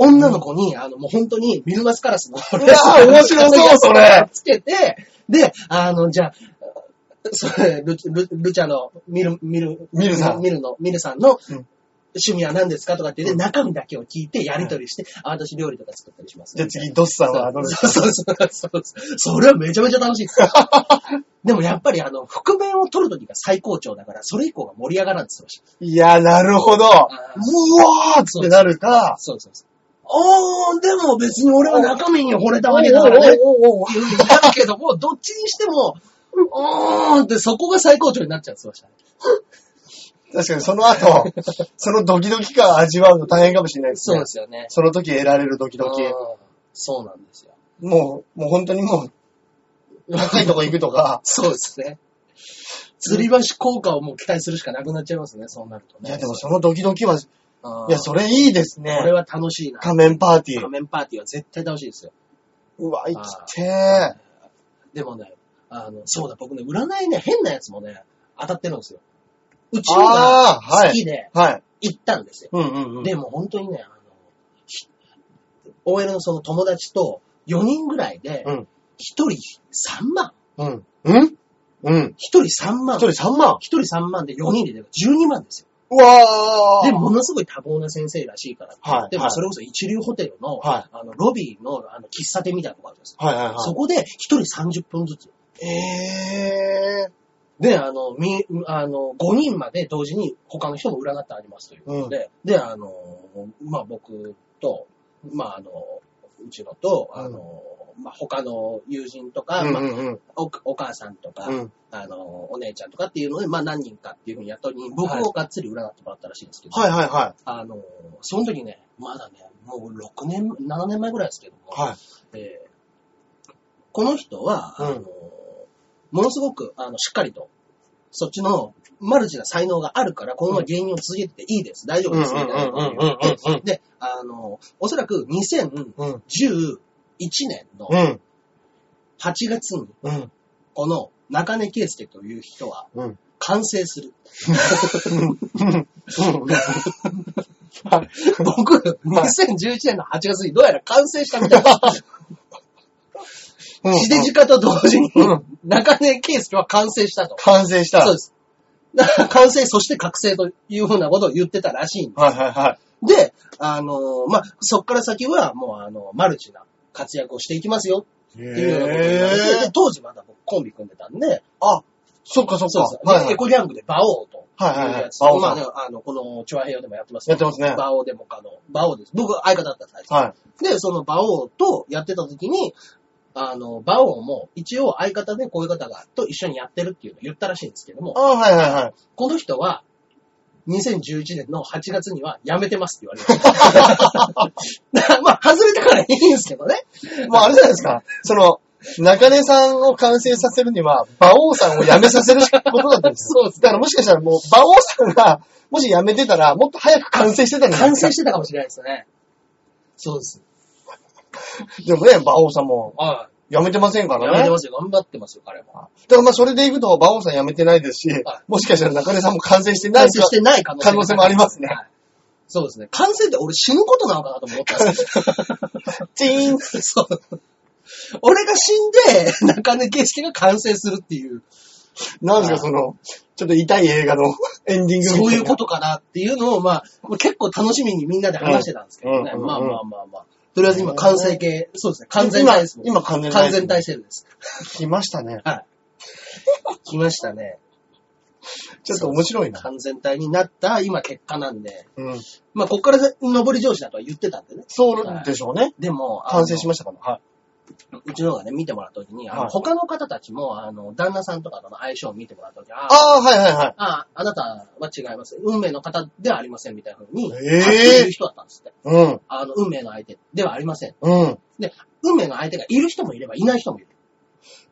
S1: 女の子に、あの、もう本当に、ビルマスカラスの、う
S2: わ面白そうそれ
S1: つけて、で、あの、じゃあ、それ、ル、ル、ルチャの、ミル、ミル、
S2: ミルさん
S1: ミルの、ミルさんの、
S2: うん
S1: 趣味は何ですかとかって言って、中身だけを聞いて、やりとりして、あ、私料理とか作ったりします、
S2: じゃあ次、ドスさんはどうですか
S1: そうそうそうそうそう。それはめちゃめちゃ楽しいです。でもやっぱりあの、覆面を取るときが最高潮だから、それ以降が盛り上がらんって言ってました。
S2: いや、なるほど。うわーってなるか、
S1: そうそうそう。おー、でも別に俺は中身に惚れたわけだ
S2: だ
S1: か
S2: からら
S1: ね。っ
S2: ね
S1: ていうふうになるけども、どっちにしても、おーってそこが最高潮になっちゃうって言ってましたね。
S2: 確かにその後、そのドキドキ感を味わうの大変かもしれないですね。
S1: そうですよね。
S2: その時得られるドキドキ。
S1: うんそうなんですよ。
S2: もう、もう本当にもう、高いとこ行くとか。
S1: そうですね。吊り橋効果をもう期待するしかなくなっちゃいますね、そうなると
S2: い
S1: ね。
S2: や、でもそのドキドキは、い
S1: うん
S2: や、それいいですね
S1: こ。れは楽しいな。
S2: 仮面パーティー
S1: 仮。面パーティーは絶対楽しいですよ。
S2: うわ、生きてー。
S1: でもね、あの、そうだ、僕ね、占いね、変なやつもね、当たってるんですよ。うちのが
S2: あーはい
S1: 好きで
S2: はい。
S1: 行ったんですよ。
S2: うんうんうん。
S1: でも本当にね、あの、OL のその友達と4人ぐらいで、
S2: う
S1: 1
S2: ん
S1: 人3万、
S2: うん。うんうん。
S1: 1人3万、
S2: 一
S1: 1
S2: 人3万。
S1: 人3万で4人で12万ですよ。
S2: うわー。
S1: で、ものすごい多忙な先生らしいからって言って、
S2: はい
S1: まあ
S2: はい
S1: それこそ一流ホテルの、
S2: はい
S1: あのロビーのあの喫茶店みたいなとこあるんですよ。
S2: はいはいは
S1: そこで1人30分ずつ
S2: い。え
S1: で、あの、み、あの、5人まで同時に他の人も占ってありますということで、で、あの、まあ僕と、まああの、うちのと、
S2: うん
S1: あの、まあ、他の友人とか、
S2: うん
S1: まあ
S2: うん
S1: お、お母さんとか、
S2: うん。
S1: あの、お姉ちゃんとかっていうので、まあ、何人かっていうふうに雇いに、僕
S2: はい
S1: をがっつり占ってもらったらしいんですけど、
S2: はいはいは
S1: あの、その時ね、まだね、もう6年、7年前ぐらいですけども、
S2: い。はい。
S1: えーこの人は、
S2: うん
S1: あの、ものすごく、あの、しっかりと、そっちのマルチな才能があるから、このまま芸人を続けてていいです。大丈夫
S2: うん
S1: で
S2: うん
S1: す。
S2: う
S1: みたいなことを
S2: ん
S1: 言って
S2: うん
S1: で、あの、おそらく2011
S2: うんうん。
S1: 年の
S2: うん。
S1: 8月に、
S2: うん。
S1: この中根圭介という人は
S2: うん。うん。
S1: 完成する。
S2: はい
S1: 僕、2011年の8月にどうやら完成したみたいな。
S2: うん
S1: 地デジ化と同時に
S2: う、
S1: 中根圭介は完成したと。
S2: 完成した。
S1: そうです。だから完成、そして覚醒というふうなことを言ってたらしいんで
S2: はいはいはい。
S1: で、あのまあ、そっから先はもうあの、マルチな活躍をしていきますよっ
S2: へ
S1: ていうようなことになってで
S2: え。
S1: 当時まだ僕コンビ組んでたんで、
S2: あ、そっかそっ
S1: そうです。
S2: か。はいは
S1: でエ
S2: い。
S1: コギャングでバオーと。
S2: はいはいはい
S1: やつ
S2: 馬王
S1: まあ
S2: さ
S1: ね
S2: ん、
S1: あの、この、チョアヘヨでもやってます
S2: やってますね
S1: バオでもかの、バオです。僕、相方だったんです最初
S2: はい。
S1: で、その馬王とやってた時に、あの、馬王も一応相方でこういう方がと一緒にやってるっていうのを言ったらしいんですけども
S2: あ、はいはいはい。
S1: この人は、2011年の8月には辞めてますって言われました。だから まあ、外れたからいいんですけどね。
S2: もうあれじゃないですか。その、中根さんを完成させるには、馬王さんを辞めさせることだったんですよ。
S1: そうです
S2: だからもしかしたらもう、馬王さんが、もし辞めてたら、もっと早く完成してたんじゃない
S1: 完
S2: ですか
S1: 成。してたかもしれないですね。そうです。
S2: でもね、馬王さんも
S1: は
S2: 辞めてませんか
S1: い。
S2: ら
S1: 辞めて
S2: ね。
S1: ますよ。頑張ってますよ、彼も。
S2: だからまあ、それでいくと、馬王さん辞めてないですし
S1: はい、
S2: もしかしたら中根さんも完成してない
S1: 完
S2: し
S1: 成してない可能性
S2: 可能性もありますね
S1: はいそうですね。完成って俺死ぬことなのかなと思ったんですよ
S2: チーン
S1: そう。俺が死んで、中根圭介が完成するっていう、
S2: なんですか、その、ちょっと痛い映画の エンディングみたいな。
S1: そういうことかなっていうのを、まあ、結構楽しみにみんなで話してたんですけどね。
S2: うんうんうん
S1: まあまあまあまあ。とりあえず今完成形、そうですね。完全
S2: 今
S1: 体制、
S2: 今完全体制
S1: 完全体制です。
S2: 来ましたね。
S1: 来ましたね。
S2: ちょっと面白いな。
S1: 完全体になった今結果なんで。
S2: うん。
S1: まあ、こっから上り上司だとは言ってたんでね。
S2: そうでしょうね。
S1: でも、あの
S2: 完成しましたかは
S1: うちのがね、見てもらった時に、あの
S2: はい
S1: 他の方たちも、あの、旦那さんとかとの相性を見てもらった時に、あ
S2: ああ、はいはいはい。
S1: あ、あなたは違います。運命の方ではありません、みたいな風に、
S2: え
S1: は
S2: え
S1: っきり言う人だったんですって。
S2: うん、
S1: あの、運命の相手ではありません。
S2: うん。
S1: 運命の相手がいる人もいればいない人もいる。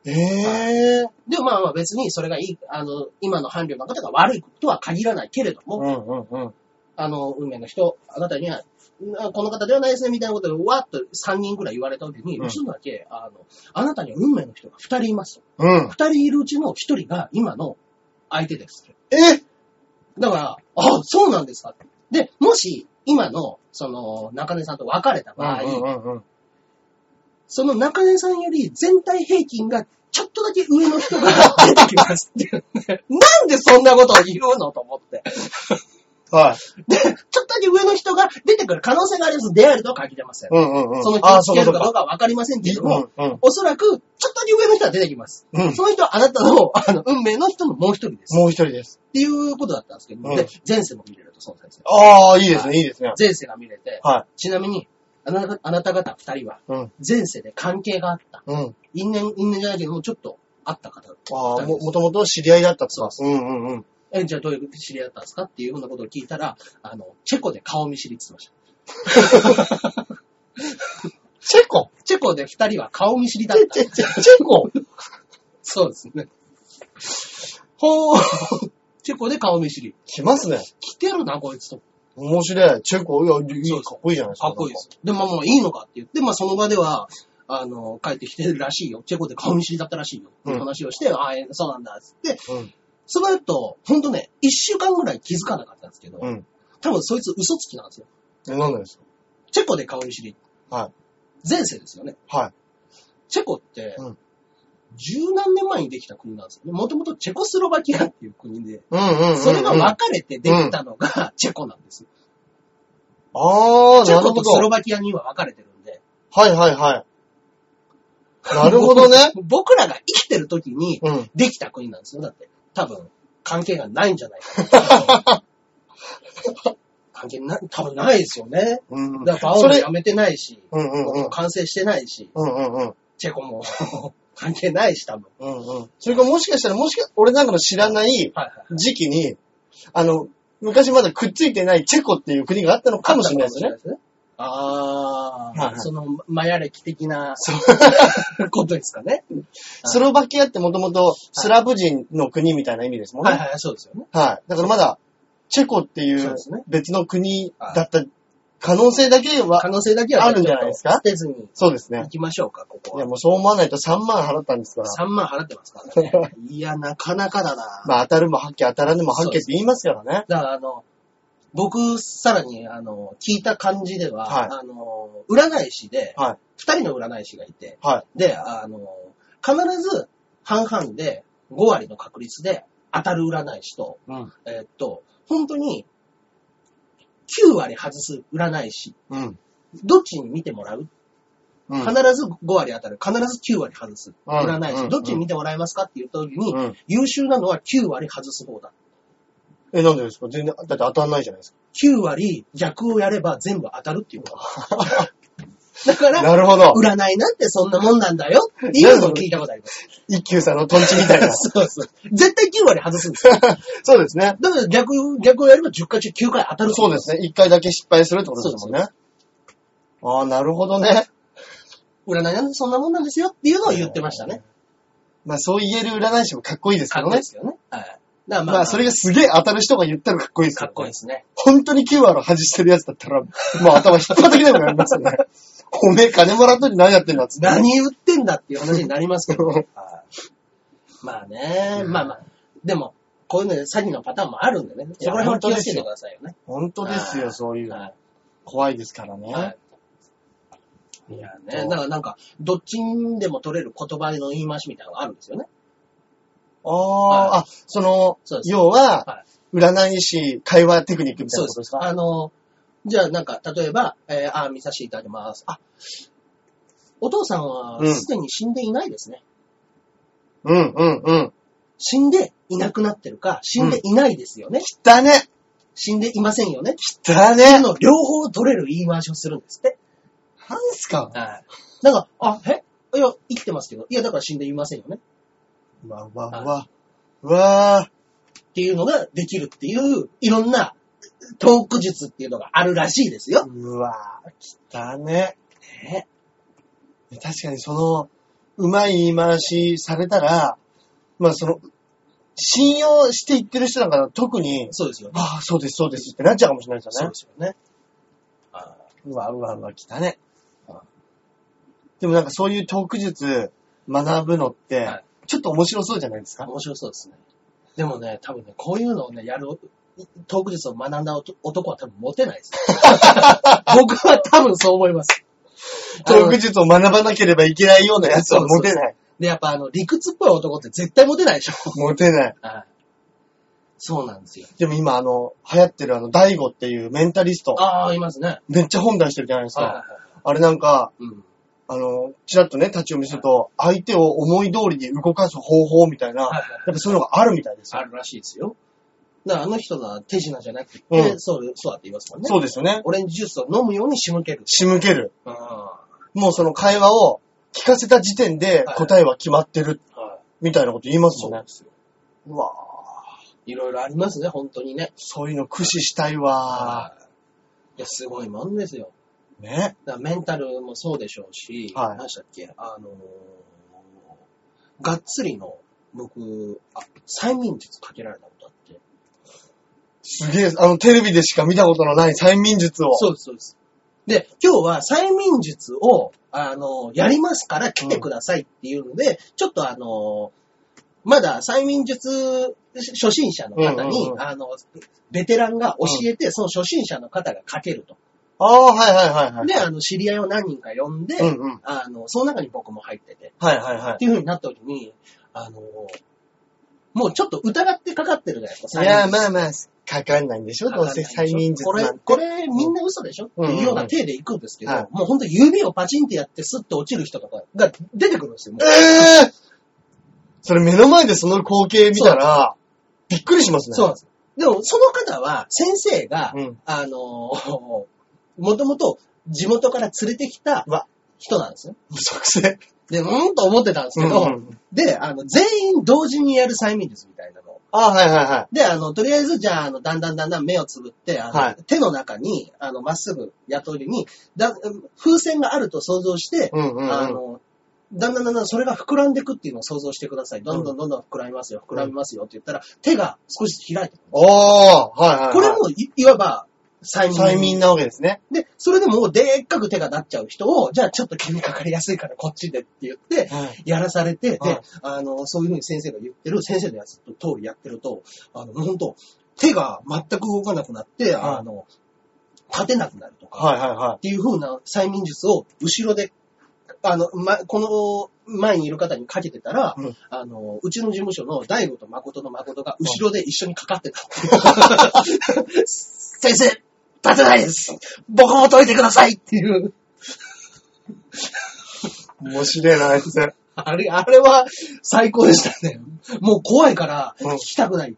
S2: ええ
S1: でもまあまあ別にそれがいい、あの、今の伴侶の方が悪いとは限らないけれども、
S2: うん、うん、うん。
S1: あの、運命の人、あなたには、あこの方ではないですね、みたいなことで、わーっと3人ぐらい言われた時に、
S2: う
S1: うんちのだけ、あの、あなたには運命の人が2人いますと。
S2: うん。
S1: 2人いるうちの1人が今の相手です。
S2: え
S1: だから、あ、そうなんですかって。で、もし、今の、その、中根さんと別れた場合、
S2: うん、うん、うん。
S1: その中根さんより全体平均がちょっとだけ上の人が出てきますっていう ねなんでそんなことを言うのと思って。
S2: はい。
S1: で、ちょっとだけ上の人が出てくる可能性があります。出会えるとは限りません。
S2: うん、うん、うん。
S1: その気
S2: あ
S1: を
S2: あ、そ
S1: つけ
S2: うか、
S1: る
S2: そう
S1: かど
S2: か
S1: う。かは分かりませんけれども、
S2: うん、うん。
S1: おそらく、ちょっとだけ上の人は出てきます。
S2: うん
S1: その人はあなたの、あの、運命の人のもう一人です。っ
S2: もう一人です。
S1: ていうことだったんですけど、
S2: うん
S1: で、前世も見れると、その先生。
S2: ああ、いいですね、いいですね。
S1: 前世が見れて、
S2: は
S1: ちなみに、あなたあなた方二人は、
S2: い。うん、
S1: 前世で関係があった。
S2: うん。
S1: 因縁、因縁じゃないけども、ちょっとあった方。
S2: ああ、
S1: 二人
S2: も、
S1: です
S2: もともと知り合いだったと
S1: そう
S2: か。うん、うん、うん。
S1: え、じゃあどういう知り合いだったんですかっていうふうなことを聞いたら、あの、チェコで顔見知りって言ってました。
S2: チェコ
S1: チェコで二人は顔見知りだっ
S2: チェ、
S1: た。
S2: チェ、チェ、コ
S1: そうですね。
S2: ほう。
S1: チェコで顔見知り。
S2: 来ますね。
S1: 来てるな、こいつと。
S2: 面白い。チェコ、いや、いい、
S1: そう
S2: かっこいいじゃないですか。
S1: かっこいいです。で、まあもういいのかって言って、まあその場では、あの、帰ってきてるらしいよ。チェコで顔見知りだったらしいよ。っていう話をして、ああ、えそうなんだ。つって、
S2: うん
S1: その後、ほんとね、一週間ぐらい気づかなかったんですけど、
S2: うん
S1: 多分そいつ嘘つきなんですよ。
S2: なん。え、なんでです
S1: チェコで顔見知り。
S2: かは
S1: 前世ですよね。
S2: い。はい。
S1: チェコって
S2: うん、
S1: 十何年前にできた国なんですよね。もともとチェコスロバキアっていう国で、
S2: うん、うん、うん。
S1: それが
S2: うんあ
S1: 分かれてできたのがチェコなんですよ。
S2: あ、
S1: チ
S2: な
S1: ェ
S2: る
S1: コ
S2: ほ
S1: と
S2: ど。
S1: スロバキアには分かれてるんで。
S2: はい、は い、はい。なるほどね。
S1: 僕僕らが生きてる時に
S2: うん。
S1: できた国なんです よ。だって、多分、関係がないんじゃないか。関係な、多分ないですよね。
S2: うん。
S1: だから、バオ
S2: そ
S1: も
S2: れ、
S1: やめてないし、
S2: うんうんうん。
S1: 完成してないし、
S2: うんうんうん。
S1: チェコも 関係ないし、多分。
S2: うんうん。それかもしかしたら、もしか、俺なんかの知らない
S1: はいはい。
S2: 時期に、あの、昔まだくっついてないチェコっていう国があったのかもしれないですね。
S1: すね。あ
S2: はいは
S1: あ、
S2: い
S1: その、マヤ歴的な
S2: そう。
S1: ことですかね。
S2: スロバキアってもともとスラブ人の国みたいな意味ですもんね。
S1: は
S2: はいい、
S1: はい、そうですよね。
S2: だからまだ、チェコってい
S1: そう
S2: う
S1: ですね
S2: 別の国だった可能性だけは
S1: 可、能性だけは
S2: あるんじゃないですか
S1: ちょっと捨てずに
S2: そうです
S1: 行
S2: ね。
S1: きましょうか、ここ
S2: いや
S1: は。
S2: もうそう思わないと3万払ったんですから。
S1: 3万払ってますから ね。いや、なかなかだな。
S2: まあ当たるも発見、当たらぬも発見って言いますからね。
S1: だから、あの、僕、さらに、あの、聞いた感じでは、
S2: はい
S1: あの、占い師で、二、
S2: は
S1: 人の占い師がいて、
S2: は
S1: で、あの、必ず半々で5割の確率で当たる占い師と、
S2: うん。
S1: えっと、本当に9割外す占い師、
S2: うん。
S1: どっちに見てもらう
S2: うん。
S1: 必ず5割当たる、必ず9割外す占い師、
S2: うん
S1: どっちに見てもらえますかって言った時に、
S2: うん
S1: 優秀なのは9割外す方だ。
S2: え、なんでですか全然、だって当たんないじゃないです
S1: 9割逆をやれば全部当たるっていうこと。 だか
S2: か。
S1: ら、
S2: なるほど。
S1: 占いなんてそんなもんなんだよっていうのを聞いたことあり ます。。
S2: 一休さんのトンチみたいな
S1: そうそう。絶対9割外すんですよ。
S2: そうですね。
S1: だから逆、逆をやれば10回中9回当たる。
S2: そうですね。一回だけ失敗するってことですもんね。ああ、なるほどね。
S1: 占いなんてそんなもんなんですよっていうのを言ってましたね。
S2: まあそう言える占い師もかっこいいですけ
S1: かっ
S2: ど
S1: こいい
S2: ね
S1: で。すよね。はい。だからまあ、
S2: まあそれがすげえ当たる人が言ったらかっこいいです
S1: か
S2: よ、
S1: っこいいですね。
S2: 本当に9割外してるやつだったら、もう頭引っ張ってきなくなりますよね。おめえ金もらっといて何やってんだっつって。
S1: 何言ってんだっていう話になりますけど。
S2: う
S1: はいまあね、まあまあ。でも、こういうので詐欺のパターンもあるんでね。そこら辺は気をつけてくださいよね。
S2: 本当です
S1: は
S2: よ、
S1: い
S2: そういう
S1: は
S2: の
S1: い。
S2: 怖いですから
S1: は
S2: ね。
S1: い。いやね、だからなんか、どっちにでも取れる言葉の言い回しみたいなのがあるんですよね。
S2: ああ、あ、その
S1: そう、です
S2: 要
S1: は
S2: は、占い師会話テクニックみたいなことですか
S1: あの、じゃあなんか、例えば、えーあー見させていただきます。あ、お父さんは
S2: うん
S1: すでに死んでいないですね。
S2: うん、うん、うん。
S1: 死んでいなくなってるか、死んでいないですよね。
S2: 汚ね
S1: 死んでいませんよね。
S2: 汚
S1: そ
S2: ね
S1: の両方取れる言い回しをするんですって。
S2: 何すか
S1: はい。だから、あ、えいや、生きてますけど、いや、だから死んでいませんよね。
S2: うわ、うわ、うわ。うわ
S1: っていうのができるっていう、いろんなトーク術っていうのがあるらしいですよ。
S2: うわ汚ね
S1: ね
S2: 確かにその、うまい言い回しされたら、まあその、信用して言ってる人なんか特に、
S1: そうですよね。
S2: ああ、そうです、そうですってなっちゃうかもしれないです
S1: そ
S2: よ
S1: う
S2: ね
S1: で。すよね。あ
S2: うわ、うわ、うわ、汚ねでもなんかそういうトーク術学ぶのっ
S1: は
S2: て
S1: い、
S2: ちょっと面白そうじゃないですか。
S1: 面白そうですね。でもね、多分ね、こういうのをね、やる、トーク術を学んだ男は多分モテ ないです。僕は多分そう思います。
S2: トーク術を学ばなければいけないようなやつは
S1: そうそう
S2: モテない。
S1: で、やっぱあの、理屈っぽい男って絶対モテないでしょ。
S2: モテない。
S1: はい。そうなんですよ。
S2: でも今あの、流行ってるあの、大悟っていうメンタリスト、
S1: ああ、いますね。
S2: めっちゃ本出してるじゃないです
S1: はいはいは
S2: か。あれなんか、
S1: い。うん。
S2: あの、ちらっとね、立ち読みすると、相手を思い通りに動かす方法みたいな、
S1: はい
S2: や
S1: はいはい
S2: っぱそういうのがあるみたいですよ。
S1: あるらしいですよ。だからあの人が手品じゃなくて、
S2: うん
S1: そう、そうだって言いますもんね。
S2: そうですよね。
S1: オレンジジュースを飲むように仕向ける。
S2: 仕向ける。
S1: うん。
S2: もうその会話を聞かせた時点で
S1: はい
S2: 答えは決まってる、
S1: はい。
S2: みたいなこと言います
S1: そ
S2: も
S1: うんなん
S2: ね
S1: で。すよ。
S2: うわ
S1: いろいろありますね、本当にね。
S2: そういうの駆使したいわ
S1: いや、すごいもんですよ。
S2: ね。
S1: だからメンタルもそうでしょうし、
S2: はい
S1: 何でしたっけ、あのーがっつりの、僕、あ、催眠術かけられたことあって。
S2: すげえ、あの、テレビでしか見たことのない催眠術を。
S1: そうです、そうです。で、今日は催眠術を、あの、やりますから来てくださいっていうので、ちょっとあの、まだ催眠術初心者の方に、
S2: うんうんうん
S1: あの、ベテランが教えて、その初心者の方が書けると。
S2: ああ、はいはいはいはい。
S1: で、あの、知り合いを何人か呼んで、
S2: うんうん。
S1: あの、その中に僕も入ってて、
S2: はいはいはい
S1: っ。ていう風になった時に、あの、もうちょっと疑ってかかってるじゃないですか、
S2: い
S1: 催
S2: や、
S1: 眠術
S2: まあまあ、かかんないんでしょどうせ催眠術
S1: これ
S2: な、んて。
S1: これみんな嘘でしょ、
S2: うん
S1: っていうような手で行くんですけど、
S2: はい
S1: もう本当に指をパチンってやってスッと落ちる人とかが出てくるんですよ。もう
S2: ええそれ目の前でその光景見たら、びっくりしますね。
S1: そうなんです。でも、その方は、先生が、
S2: うん
S1: あのー、 もともと地元から連れてきた
S2: うわ
S1: 人なんですよ。
S2: 嘘くせ。
S1: で、うーんと思ってたんですけど、
S2: うんうん
S1: で、あの、全員同時にやる催眠術みたいなのを
S2: あ、はいはいは
S1: で、あの、とりあえず、じゃあ、あの、だんだんだんだん目をつぶって、あの、
S2: はい
S1: 手の中に、あの、まっすぐ、やとりに、だ、風船があると想像して
S2: い。、うんうん、うん。
S1: あの、だんだんだんだんそれが膨らんでいくっていうのを想像してください。どんどんどんどん膨らみますよ、膨らみますよって言ったら、手が少し開いてくる。
S2: おー、はいはい、はい。
S1: これもい、いわば、催眠。
S2: 催眠なわけですね。
S1: で、それでもうでっかく手がなっちゃう人を、じゃあちょっと気にかかりやすいからこっちでって言って、
S2: はい。
S1: やらされて、
S2: は
S1: で
S2: い、
S1: あの、そういうふうに先生が言ってる、先生のやつと通りやってると、あの、本当手が全く動かなくなって、
S2: はい
S1: あの、立てなくなるとか、
S2: はいはいは
S1: っていう風な催眠術を後ろで、あの、ま、この前にいる方にかけてたら、
S2: うん
S1: あの、うちの事務所の大悟と誠の誠が後ろで一緒にかか ってた。先生、立てないです僕も解いてくださいっていう。
S2: い。面白いな、あいつ。
S1: あれ、あれは最高でしたね。もう怖いから、
S2: うん
S1: 聞きたくない。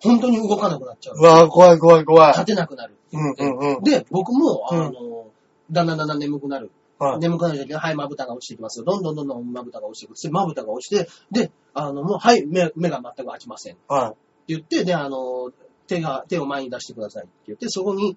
S1: 本当に動かなくなっちゃう
S2: う。わー、怖い怖い怖い。
S1: 立てなくなる。
S2: うんうんうん。
S1: で、僕も、あ
S2: うん
S1: の、だんだんだんだん眠くなる。
S2: はい。
S1: 眠くなる時に、はい、まぶたが落ちてきますよ。どんどんどんどんまぶたが落ちてくる。でまぶたが落ちて、で、あの、もう、はい、目目が全く開きません。って
S2: は
S1: 言って、で、あの、手が、手を前に出してくださいって言って、そこに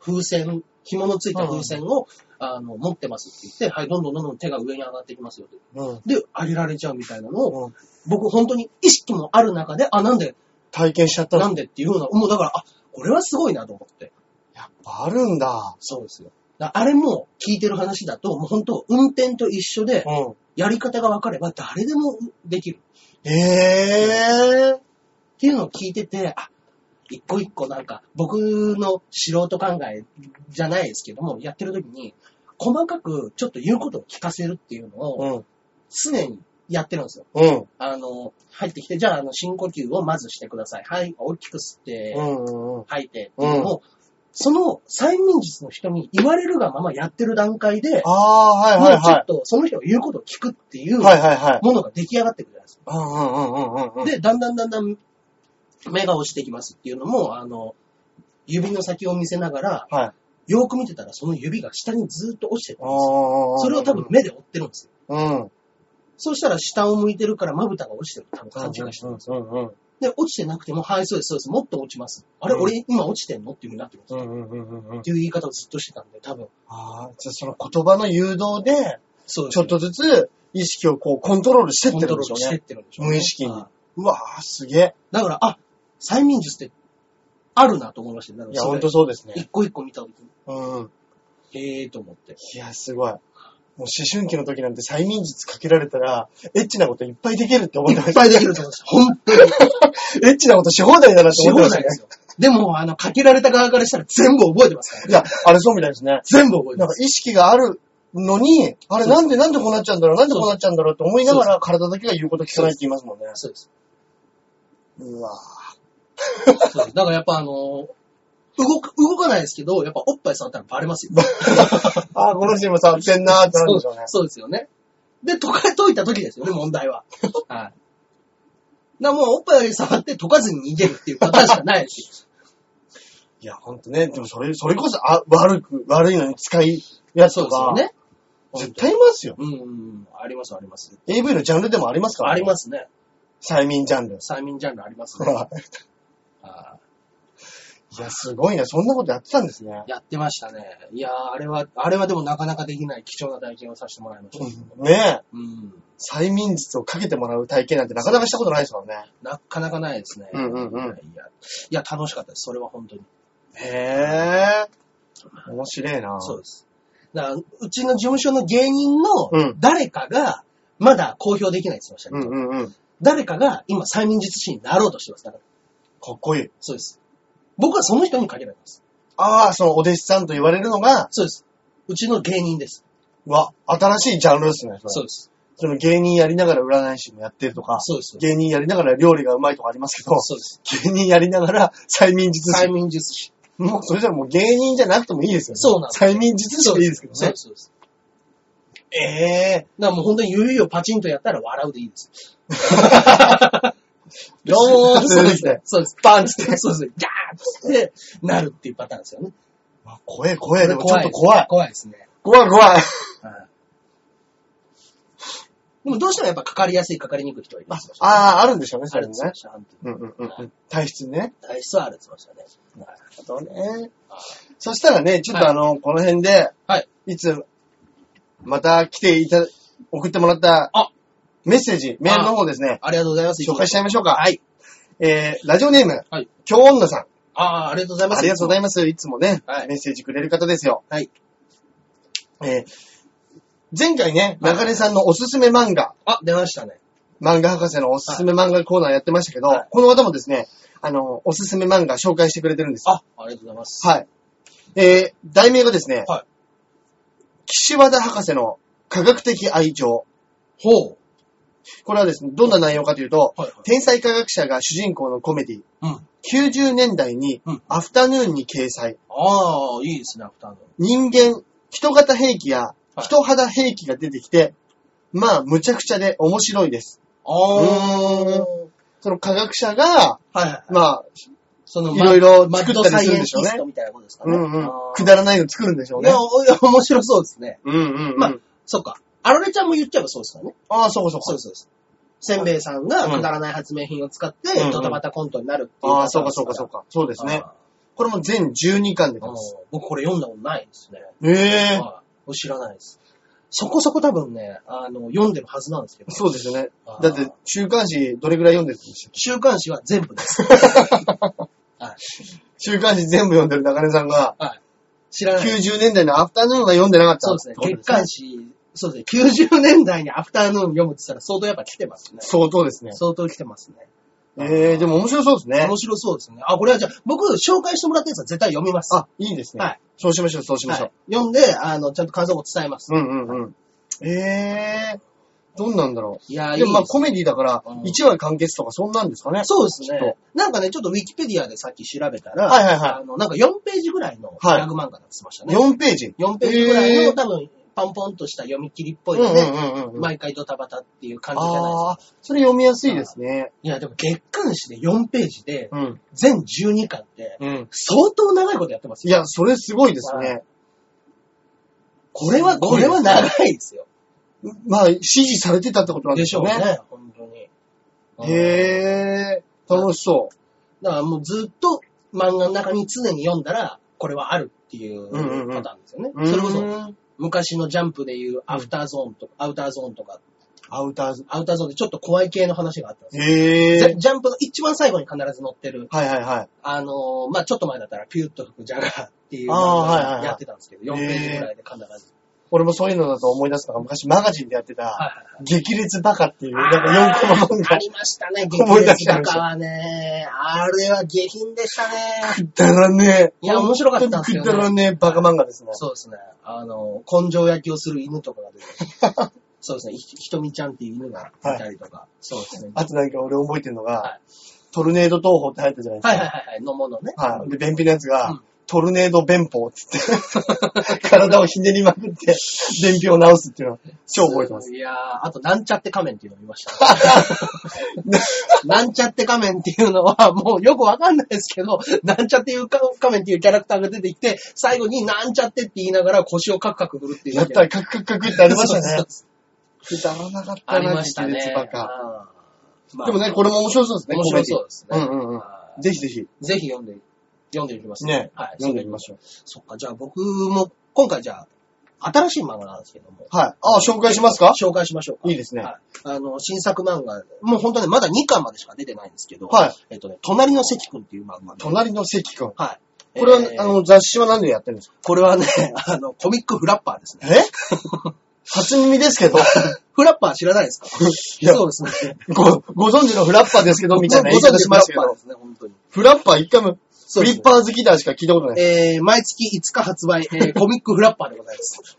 S1: 風船、紐のついた風船を、あの、持ってますって言って、はい、どんどんどんどん手が上に上がってきますよって。
S2: い。うん。
S1: で、上げられちゃうみたいなのを、
S2: うん
S1: 僕本当に意識もある中で、あ、なんで、
S2: 体験しちゃった
S1: な
S2: の
S1: んでっていうのは、もうだから、あ、これはすごいなと思って。
S2: やっぱあるんだ。
S1: そうですよ。だあれも聞いてる話だと、もう本当、運転と一緒で、
S2: うん。
S1: やり方が分かれば誰でもできる
S2: ええー。
S1: っていうのを聞いてて、あ、一個一個なんか、僕の素人考えじゃないですけども、やってる時に、細かくちょっと言うことを聞かせるっていうのを
S2: うん。
S1: 常にやってるんですよ。
S2: うん。
S1: あの、入ってきて、じゃあ、あの、深呼吸をまずしてください。はい、大きく吸って、
S2: うんうんうん。
S1: 吐いてっていうのを、その催眠術の人に言われるがままやってる段階で、
S2: ああ、はい
S1: も
S2: はいう
S1: ちょ
S2: は
S1: っとその人の言うことを聞くっていう
S2: い。
S1: も
S2: はいはいはい。
S1: のが出来上がってくるじゃないですか。
S2: うんうんうんうんうんうん。
S1: で、だんだんだんだん目が落ちてきますっていうのも、あの、指の先を見せながら、
S2: はい。
S1: よーく見てたらその指が下にずーっと落ちてくるんですよ。
S2: そ
S1: それを多分、目で追ってるんですよ。
S2: うん。
S1: そうしたら下を向いてるからまぶたが落ちてる。多分勘違いしてるんですよ。
S2: うんうん
S1: で、落ちてなくても、はい、そうです、そうです、もっと落ちます。あれ、
S2: うん
S1: 俺今落ちてんのっていう風になってくるんです
S2: う
S1: よ。
S2: んうんうんうんうん
S1: っ。ていう言い方をずっとしてたんで、多分。
S2: ああ、じゃあその言葉の誘導で、
S1: そうです
S2: ちょっとずつ意識をこうコントロールしてっ
S1: コン
S2: て
S1: ト
S2: るん
S1: ロ
S2: で
S1: ー
S2: し
S1: ルして
S2: ょう
S1: っ
S2: ね。
S1: てるんでしょ
S2: 無意識に
S1: ああ
S2: うわーすげえ。
S1: だから、あ、催眠術ってあるなと思いましたね。だから
S2: いや、
S1: そ
S2: ほ
S1: れ
S2: んとそうですね。
S1: 一個一個見た時に、
S2: うん。
S1: へえーと思って。
S2: いや、すごい。もう思春期の時なんて催眠術かけられたら、エッチなこといっぱいできるって思ってま
S1: いっ
S2: した。
S1: ぱいできると思うんですよ。本当に。
S2: エッチなことし放題だなって
S1: し
S2: 思っ
S1: 放
S2: てま
S1: 題
S2: した
S1: で
S2: ね。
S1: すよ。でも、あの、かけられた側からしたら全部覚えてますから。
S2: いや、あれそうみたいですね。
S1: 全部覚えて
S2: な
S1: ま
S2: んか
S1: す。
S2: 意識があるのに、あれ
S1: そう
S2: なんでなんでこうなっちゃうんだろう、なんでこうなっちゃうんだろうって思いながら体だけが言うこと聞かないって言いますもんね。
S1: そうです。
S2: うわ
S1: そうですだからやっぱあの、動く、動かないですけど、やっぱおっぱい触ったらバレますよ。
S2: ぁ。あーこの人も触ってんなーってなるんでしょうね。
S1: そうですよね。で、溶か、解いた時です よね、問題は。はい。だからもうおっぱいより触って溶かずに逃げるっていうパターンしかないし。
S2: いや、ほんとね。でもそれ、それこそ、あ、悪く、悪いのに使いやつ
S1: そう
S2: と
S1: ですよ
S2: か、
S1: ね。
S2: 絶対いますよ。
S1: うんうん、ありますあります。
S2: AV のジャンルでもありますから、。
S1: ありますすね。
S2: 催眠ジャンル。
S1: 催眠ジャンルあります ね。
S2: はい
S1: あー
S2: いや、すごいな。そんなことやってたんですね。
S1: やってましたね。いやー、あれは、あれはでもなかなかできない貴重な体験をさせてもらいました。
S2: ねえ。
S1: うん。
S2: 催眠術をかけてもらう体験なんてなかなかしたことないですもんね。
S1: なかなかないですね。
S2: うんうんうん
S1: いや、いや楽しかったです。それは本当に。
S2: へえ。面白いな
S1: そうです。だから、うちの事務所の芸人の
S2: うん
S1: 誰かが、まだ公表できないって言ってました
S2: う
S1: ね。
S2: んうんうん。
S1: 誰かが今催眠術師になろうとしてます。だから、
S2: かっこいい。
S1: そうです。僕はその人に限られます。
S2: ああ、そのお弟子さんと言われるのが、
S1: そうです。うちの芸人です。
S2: うわ、新しいジャンルですね。それ
S1: そうです。
S2: その芸人やりながら占い師もやってるとか、
S1: そうです。
S2: 芸人やりながら料理がうまいとかありますけど、
S1: そうです。
S2: 芸人やりながら催眠術師。
S1: 催眠術師。
S2: もうそれじゃもう芸人じゃなくてもいいですよね。
S1: そうなんです
S2: 催眠術師でいいですけど
S1: そう
S2: ね
S1: で。す。そうです。
S2: ええ
S1: だからもう本当にゆうゆうをパチンとやったら笑うでいいです。どうもー
S2: 出てきて
S1: そうです。バンつって、そうです。ギャーっつって、なるっていうパターンですよね。
S2: あ怖え怖え、でもちょっと
S1: 怖
S2: 怖
S1: い
S2: い。
S1: 怖いですね。
S2: 怖い怖い。
S1: はいでもどうしてもやっぱかかりやすい、かかりにくい人はいます。
S2: ああ、あるんでしょうね、そ
S1: あ
S2: れ
S1: るっ
S2: も
S1: て言って
S2: ね
S1: ま。した本当に
S2: うんうんうんうん。体質にね。
S1: 体質はあるって言ってましたね。
S2: あとね
S1: あ。
S2: そしたらね、ちょっとあの、この辺で、
S1: はい。
S2: いつ、また来ていた、送ってもらった
S1: あ、
S2: メッセージ、メールの方ですね、
S1: ありがとうございます。
S2: 紹介しちゃいましょうか。
S1: はい。
S2: えー、ラジオネーム、
S1: はい
S2: 京女さん。
S1: ああー、ありがとうございます。
S2: ありがとうご
S1: い
S2: ざいます。いつもね、
S1: はい
S2: メッセージくれる方ですよ。
S1: はい。
S2: えー、前回ね、
S1: はい
S2: 中根さんのおすすめ漫画、
S1: ます。あ、出ましたね。
S2: 漫画博士のおすすめ漫画コーナーやってましたけど、
S1: はい
S2: この方もですね、あの、おすすめ漫画紹介してくれてるんですよ。
S1: あ、ありがとうございます。
S2: はい。えー、題名がですね、
S1: はい
S2: 岸和田博士の科学的愛情。
S1: ほう。
S2: これはですね、どんな内容かという
S1: は
S2: と、
S1: いはい
S2: 天才科学者が主人公のコメディ、
S1: うん。
S2: 90年代に
S1: うん
S2: アフタヌーンに掲載、
S1: ああ、いいですね、アフターの。
S2: 人間、人型兵器や
S1: はい
S2: 人肌兵器が出てきて、まあ、むちゃくちゃで面白いです。
S1: ああ。
S2: うーんその科学者が、
S1: はいはいはい。
S2: まあ、
S1: その、
S2: いろいろ
S1: マッ
S2: 作
S1: ド
S2: った
S1: サ
S2: り
S1: イ
S2: するん
S1: エン
S2: でし
S1: テ
S2: ょ
S1: ィ
S2: うね
S1: ストみたいなことですか
S2: う
S1: ね。
S2: んうん、く
S1: ら
S2: だらないの作るんでしょう
S1: い
S2: ね
S1: や、。おいや面白そうですね。
S2: うんうん、うん。
S1: まあそっか。あられちゃんも言っちゃえばそうですからね。
S2: ああ、そうかそ
S1: そ
S2: う
S1: う
S2: か。
S1: です、そうです。せんべいさんが
S2: うん
S1: くだらない発明品を使っ
S2: うんう
S1: て、
S2: ん
S1: ドタバタコントになるっていう。
S2: ああ、そうかそうかそうか。そうですね。
S1: あ
S2: これも全12巻で
S1: ー。あ
S2: 出
S1: ー
S2: ます。
S1: 僕これ読んだことないですね。
S2: ええ
S1: はい知らないです。そこそこ多分ね、あの、読んでるはずなんですけど。
S2: そうですよね
S1: あ。ー
S2: だって、週刊誌どれぐらい読んでるんですか
S1: 週刊誌は全部 です。
S2: 週刊誌全部読んでる中根さんが、
S1: はい。知らない。
S2: 90年代のアフタヌーンが読んでなかった
S1: そうで
S2: っ
S1: す
S2: て
S1: ね。
S2: こと
S1: 月刊誌、そうですね。90年代にアフターヌーン読むって言ったら相当やっぱ来てますね。
S2: 相当ですね。
S1: 相当来てますね。
S2: ええでも面白そうですね
S1: 面。白そうですね。あ、これはじゃあ、僕、紹介してもらったやつは絶対読みます。
S2: あ、いいですね。
S1: はい
S2: そうしましょう、そうしましょ
S1: は
S2: う
S1: い。、読んで、あの、ちゃんと感想を伝えます。
S2: うんうんうん。ええどんなんだろ
S1: いや
S2: う。
S1: ー、い
S2: で
S1: い
S2: もまあ
S1: です
S2: コメディだから
S1: うん、
S2: 1話完結とかそんなんですかね。
S1: そうです
S2: きっ
S1: ね。なんかね、ちょっとウィキペディアでさっき調べたら、
S2: はいはいはい
S1: あの、なんか4ページぐらいのギ
S2: はい
S1: ャグ漫画だって言ってましたね。
S2: 4ページ。
S1: 4ページぐらい
S2: え
S1: の
S2: ー
S1: 多分、パンポンとした読み切りっぽ
S2: う
S1: い
S2: んう
S1: の
S2: ん
S1: で、
S2: うんうん。
S1: 毎回ドタバタっていう感じじゃないですか。
S2: ああ、それ読みやすいですね。
S1: いや、でも月刊誌で4ページで、
S2: うん。
S1: 全12巻って、
S2: うん。
S1: 相当長いことやってます
S2: い
S1: よ。
S2: や、それすごいです
S1: は
S2: ね。
S1: これは、
S2: すご
S1: こ
S2: いで
S1: れ
S2: す
S1: は長いですよ。
S2: まあ、指示されてたってことなん
S1: で
S2: で
S1: し
S2: し
S1: ょ
S2: ょ
S1: う
S2: うね。
S1: ね、本当に。
S2: へえ、楽しそ
S1: だからもうずっと漫画の中に常に読んだら、これはあるっていうパ
S2: うんうんうん
S1: ターンですよね。
S2: う。
S1: それこ
S2: う
S1: そ、
S2: ーん
S1: 昔のジャンプでいうアフターゾーンとか、アウターゾーンとか、
S2: アウターズ。
S1: アウターゾーンでちょっと怖い系の話があったんですよ
S2: へ
S1: ジャ
S2: え。
S1: ジャンプの一番最後に必ず載ってる、
S2: はいはいは
S1: あのーまあ、ちょっと前だったら、ピューッと吹くジャガーっていうの
S2: あーはいはい
S1: を
S2: はい
S1: やってたんですけど、4ページぐらいで必ず。
S2: い。俺もそういうのだと思い出すのが、昔マガジンでやって
S1: は
S2: た、
S1: いはいはい
S2: 激烈バカっていう、なんか4コマ漫
S1: あ
S2: 画。
S1: りましたね、
S2: 思い
S1: 激
S2: 出し
S1: 烈
S2: ちゃい
S1: バ
S2: まし
S1: カ
S2: た
S1: はね。あれは下品で したね。
S2: くだらねえ。
S1: いや面白かったんですよね
S2: くだらねえバカ漫画ですね。
S1: そうですね。あの、根性焼きをする犬とかが出てきて そうですね。ひひとみちゃんっていう犬がいたりとか。そうですね。
S2: あとなんか俺覚えてるのが、
S1: はい
S2: トルネード投法って入ったじゃないですか。
S1: はいはいはいはい。のものね。
S2: はい。で、便秘のやつが、
S1: うん
S2: トルネード弁法っつって、体をひねりまくって、 便秘を治すっていうのを超覚えてます。
S1: いやー、あと、なんちゃって仮面っていうのを見ま した、なんちゃって仮面っていうのは、もうよくわかんないですけど、なんちゃっていうか仮面っていうキャラクターが出てきて、最後になんちゃってって言いながら腰をカクカク振るっていう
S2: や
S1: だ
S2: っ
S1: け
S2: たらカクカクカクってありました
S1: そう
S2: ね
S1: そう。そう
S2: くだらなかった
S1: あ
S2: な、
S1: りました
S2: 激
S1: ね
S2: 烈。バカ。
S1: うんまあ
S2: でもね、これも面白そうですね。
S1: 面白そうですね。
S2: コメディうんうんうん
S1: はい
S2: ぜひぜひ。
S1: ぜひ読んで、読んでいきます
S2: ね。
S1: はい。
S2: 読んでみましょう。
S1: そっか、じゃあ僕も、今回じゃあ、新しい漫画なんですけども。
S2: はい。あ、紹介しますか
S1: 紹介しましょうか。
S2: いいですね
S1: はい。あの、新作漫画、もう本当ね、まだ2巻までしか出てないんですけど、
S2: はい。
S1: えっとね、隣の関くんっていう漫画で。
S2: 隣の関君。
S1: はい。
S2: これは、
S1: えー
S2: あ、の、雑誌は何でやってるんですか
S1: これはね、 あの、コミックフラッパーですね。
S2: え 初耳です けど、
S1: フラッパー知らないですか
S2: いや
S1: そうですね。
S2: ご、ご存知のフラッパーですけ ど、みたいな言い
S1: ご存
S2: 方
S1: 知
S2: し
S1: フラ
S2: まし
S1: ッ
S2: たけ
S1: パー
S2: ど
S1: で、すね、本当に。
S2: フラッパー一回も、
S1: そ
S2: フ
S1: うで
S2: リ
S1: すね
S2: ッパー好きだしか聞いたことない。
S1: えー、毎月5日発売、え ー、コミックフラッパーでございます。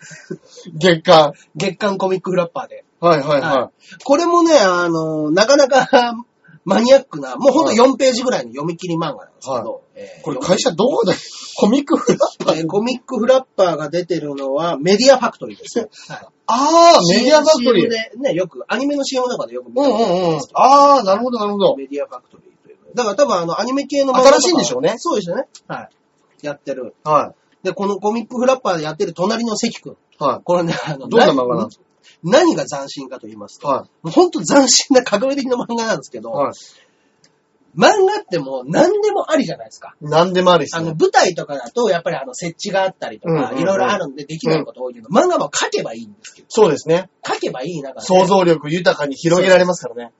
S2: 月間。
S1: 月刊コミックフラッパーで。
S2: はいはい
S1: は
S2: はい
S1: これもね、あの、なかなか、 マニアックな、もうほんと4ページぐらいの読み切り漫画なんですけど、えー
S2: これ会社ど こだコミックフラッパー
S1: えーコミックフラッパーが出てるのはメディアファクトリーですね。はい
S2: ああ、メディアファクトリ
S1: CM
S2: ー。
S1: でね、よく、アニメの CM なんかでよく見
S2: う
S1: た
S2: ん
S1: りする
S2: うんうん
S1: で
S2: ん
S1: すけ。ど
S2: ああ、なるほど、なるほど。
S1: メディアファクトリーという。だから多分あの、アニメ系の漫画とか
S2: 新しいんでしょうね
S1: そうですよね。はい。やってる。
S2: は
S1: で、このコミックフラッパーでやってる隣の関君。
S2: い。は
S1: これね、あの、
S2: い。どんな漫画なんです
S1: 何が斬新かと言いますと、
S2: かは
S1: もうほんと斬新な隠れ的な漫画なんですけど、
S2: い。はい。
S1: 漫画ってもう何でもありじゃないですか。
S2: 何でもありで
S1: あ
S2: す
S1: の、
S2: ね。
S1: 舞台とかだと、やっぱりあの、設置があったりと
S2: うんうん
S1: か、
S2: うん
S1: いろいろあるんでできないこと多いけど、漫画は書けばいいんですけど、
S2: そうですね。
S1: 書けばいい中で、
S2: 想像力豊かに広げられますからね。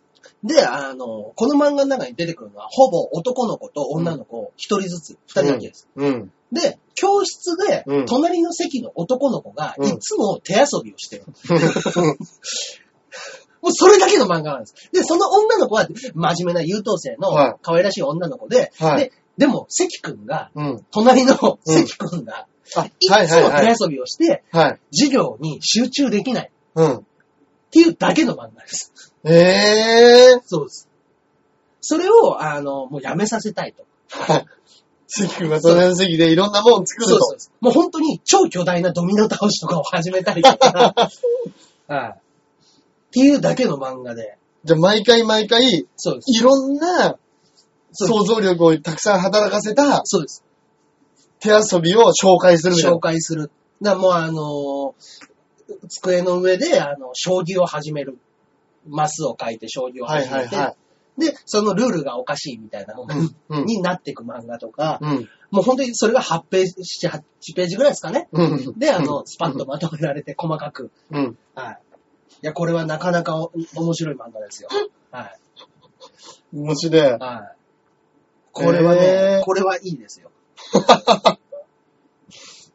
S1: で、あの、この漫画の中に出てくるのは、ほぼ男の子と女の子、一人ずつ、二人だけです。
S2: うん。
S1: で、教室で
S2: うん、
S1: 隣の席の男の子が、
S2: うん
S1: いつも手遊びをしてる。もうそれだけの漫画なんです。で、その女の子は、真面目な優等生
S2: はい
S1: の、可愛らしい女の子で、
S2: はい
S1: で、でも、関くんが、
S2: うん。
S1: 隣の関くんが、
S2: あ、はい
S1: いつ
S2: は
S1: も
S2: いはい。
S1: 手遊びをして、
S2: はい。
S1: 授業に集中できないっ
S2: うん。
S1: ていうだけの漫画です。
S2: ええー。
S1: そうです。それを、あの、もうやめさせたいと。
S2: はい。関君が隣の席でいろんなもん作る
S1: そう
S2: と。
S1: そうそう。もう本当に超巨大なドミノ倒しとかを始めたりとか、 はい。っていうだけの漫画で。
S2: じゃあ毎回毎回、
S1: そうです。
S2: いろんな
S1: そう
S2: 想像力をたくさん働かせた
S1: そうです。
S2: 手遊びを紹介するみたいな
S1: 紹。介する。だからもうあのー机の上で、あの、将棋を始める。マスを書いて将棋を
S2: はい
S1: 始
S2: は
S1: め
S2: い
S1: て、
S2: は
S1: で、そのルールがおかしいみたいなのが
S2: い。うん。
S1: になっていく漫画とか、
S2: うん。
S1: もう本当にそれが8ページ、7、8ページぐらいですかね。
S2: うん。
S1: で、あの、スパッとまとめられて細かく
S2: うん。
S1: はい。いや、これはなかなかお面白い漫画ですよ。はい。
S2: 面白い。
S1: はい。これはね、
S2: へー
S1: これはいいですよ。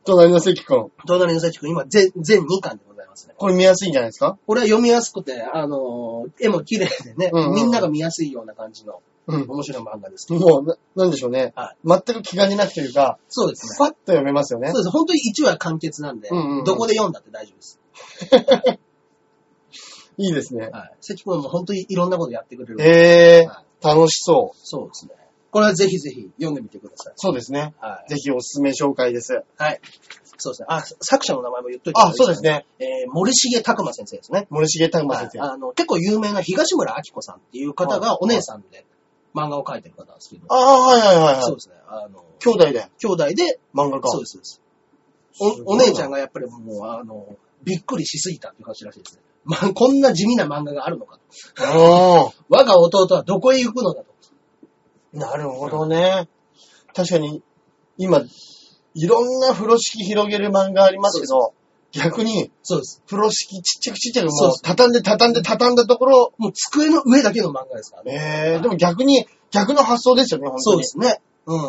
S2: 隣の関君。
S1: 隣の幸くん、今、全、全2巻でございますね。
S2: これ見やすいんじゃないですか
S1: これは読みやすくて、あのー絵も綺麗でね、
S2: うんうん
S1: みんなが見やすいような感じの
S2: うん。
S1: 面白い漫画ですけど。
S2: もう、ななんでしょうね。
S1: は
S2: 全く気兼ねなくというか、
S1: そうです
S2: ス
S1: ね。
S2: パッと読めますよね
S1: そう。です。本当に1話完結なんで、
S2: うんうんうん
S1: どこで読んだって大丈夫です。
S2: いいですね。
S1: はい。関君はもう本当にいろんなことやってくれる。
S2: え
S1: はい
S2: ー、楽しそう。
S1: そうですね。これはぜひぜひ読んでみてください。
S2: そうですね。
S1: はい。
S2: ぜひおすすめ紹介です。
S1: はい。そうですね。あ、作者の名前も言っといて
S2: あ、そうです。ね。
S1: えー森重拓馬先生ですね。
S2: 森重拓馬先生。
S1: あの結構有名な東村明子さんっていう方
S2: はい
S1: がお姉さんで漫画を描いてる方なんですけど、
S2: ああ、はいはいは
S1: そ
S2: い
S1: う
S2: はい。
S1: ですね。あの、
S2: 兄弟で
S1: 兄弟で、
S2: 漫画家。
S1: そうです、そうです。
S2: す
S1: お
S2: ご
S1: お
S2: いな
S1: 姉ちゃんがやっぱりもう、あの、びっくりしすぎたっていう感じらしいですね。まあ、こんな地味な漫画があるのかと。
S2: あ
S1: 我が弟はどこへ行くのだと。
S2: あ、なるほどね。確かに、今、いろんな風呂敷広げる漫画ありますけど、逆に、
S1: そうです。
S2: 風呂敷ちっちゃくちっちゃくも
S1: そう
S2: う
S1: そう、
S2: 畳んで畳んで畳んだところ、
S1: もう机の上だけの漫画ですからね。
S2: えー、でも逆に、逆の発想ですよね、本当に。
S1: そうですね。うん。い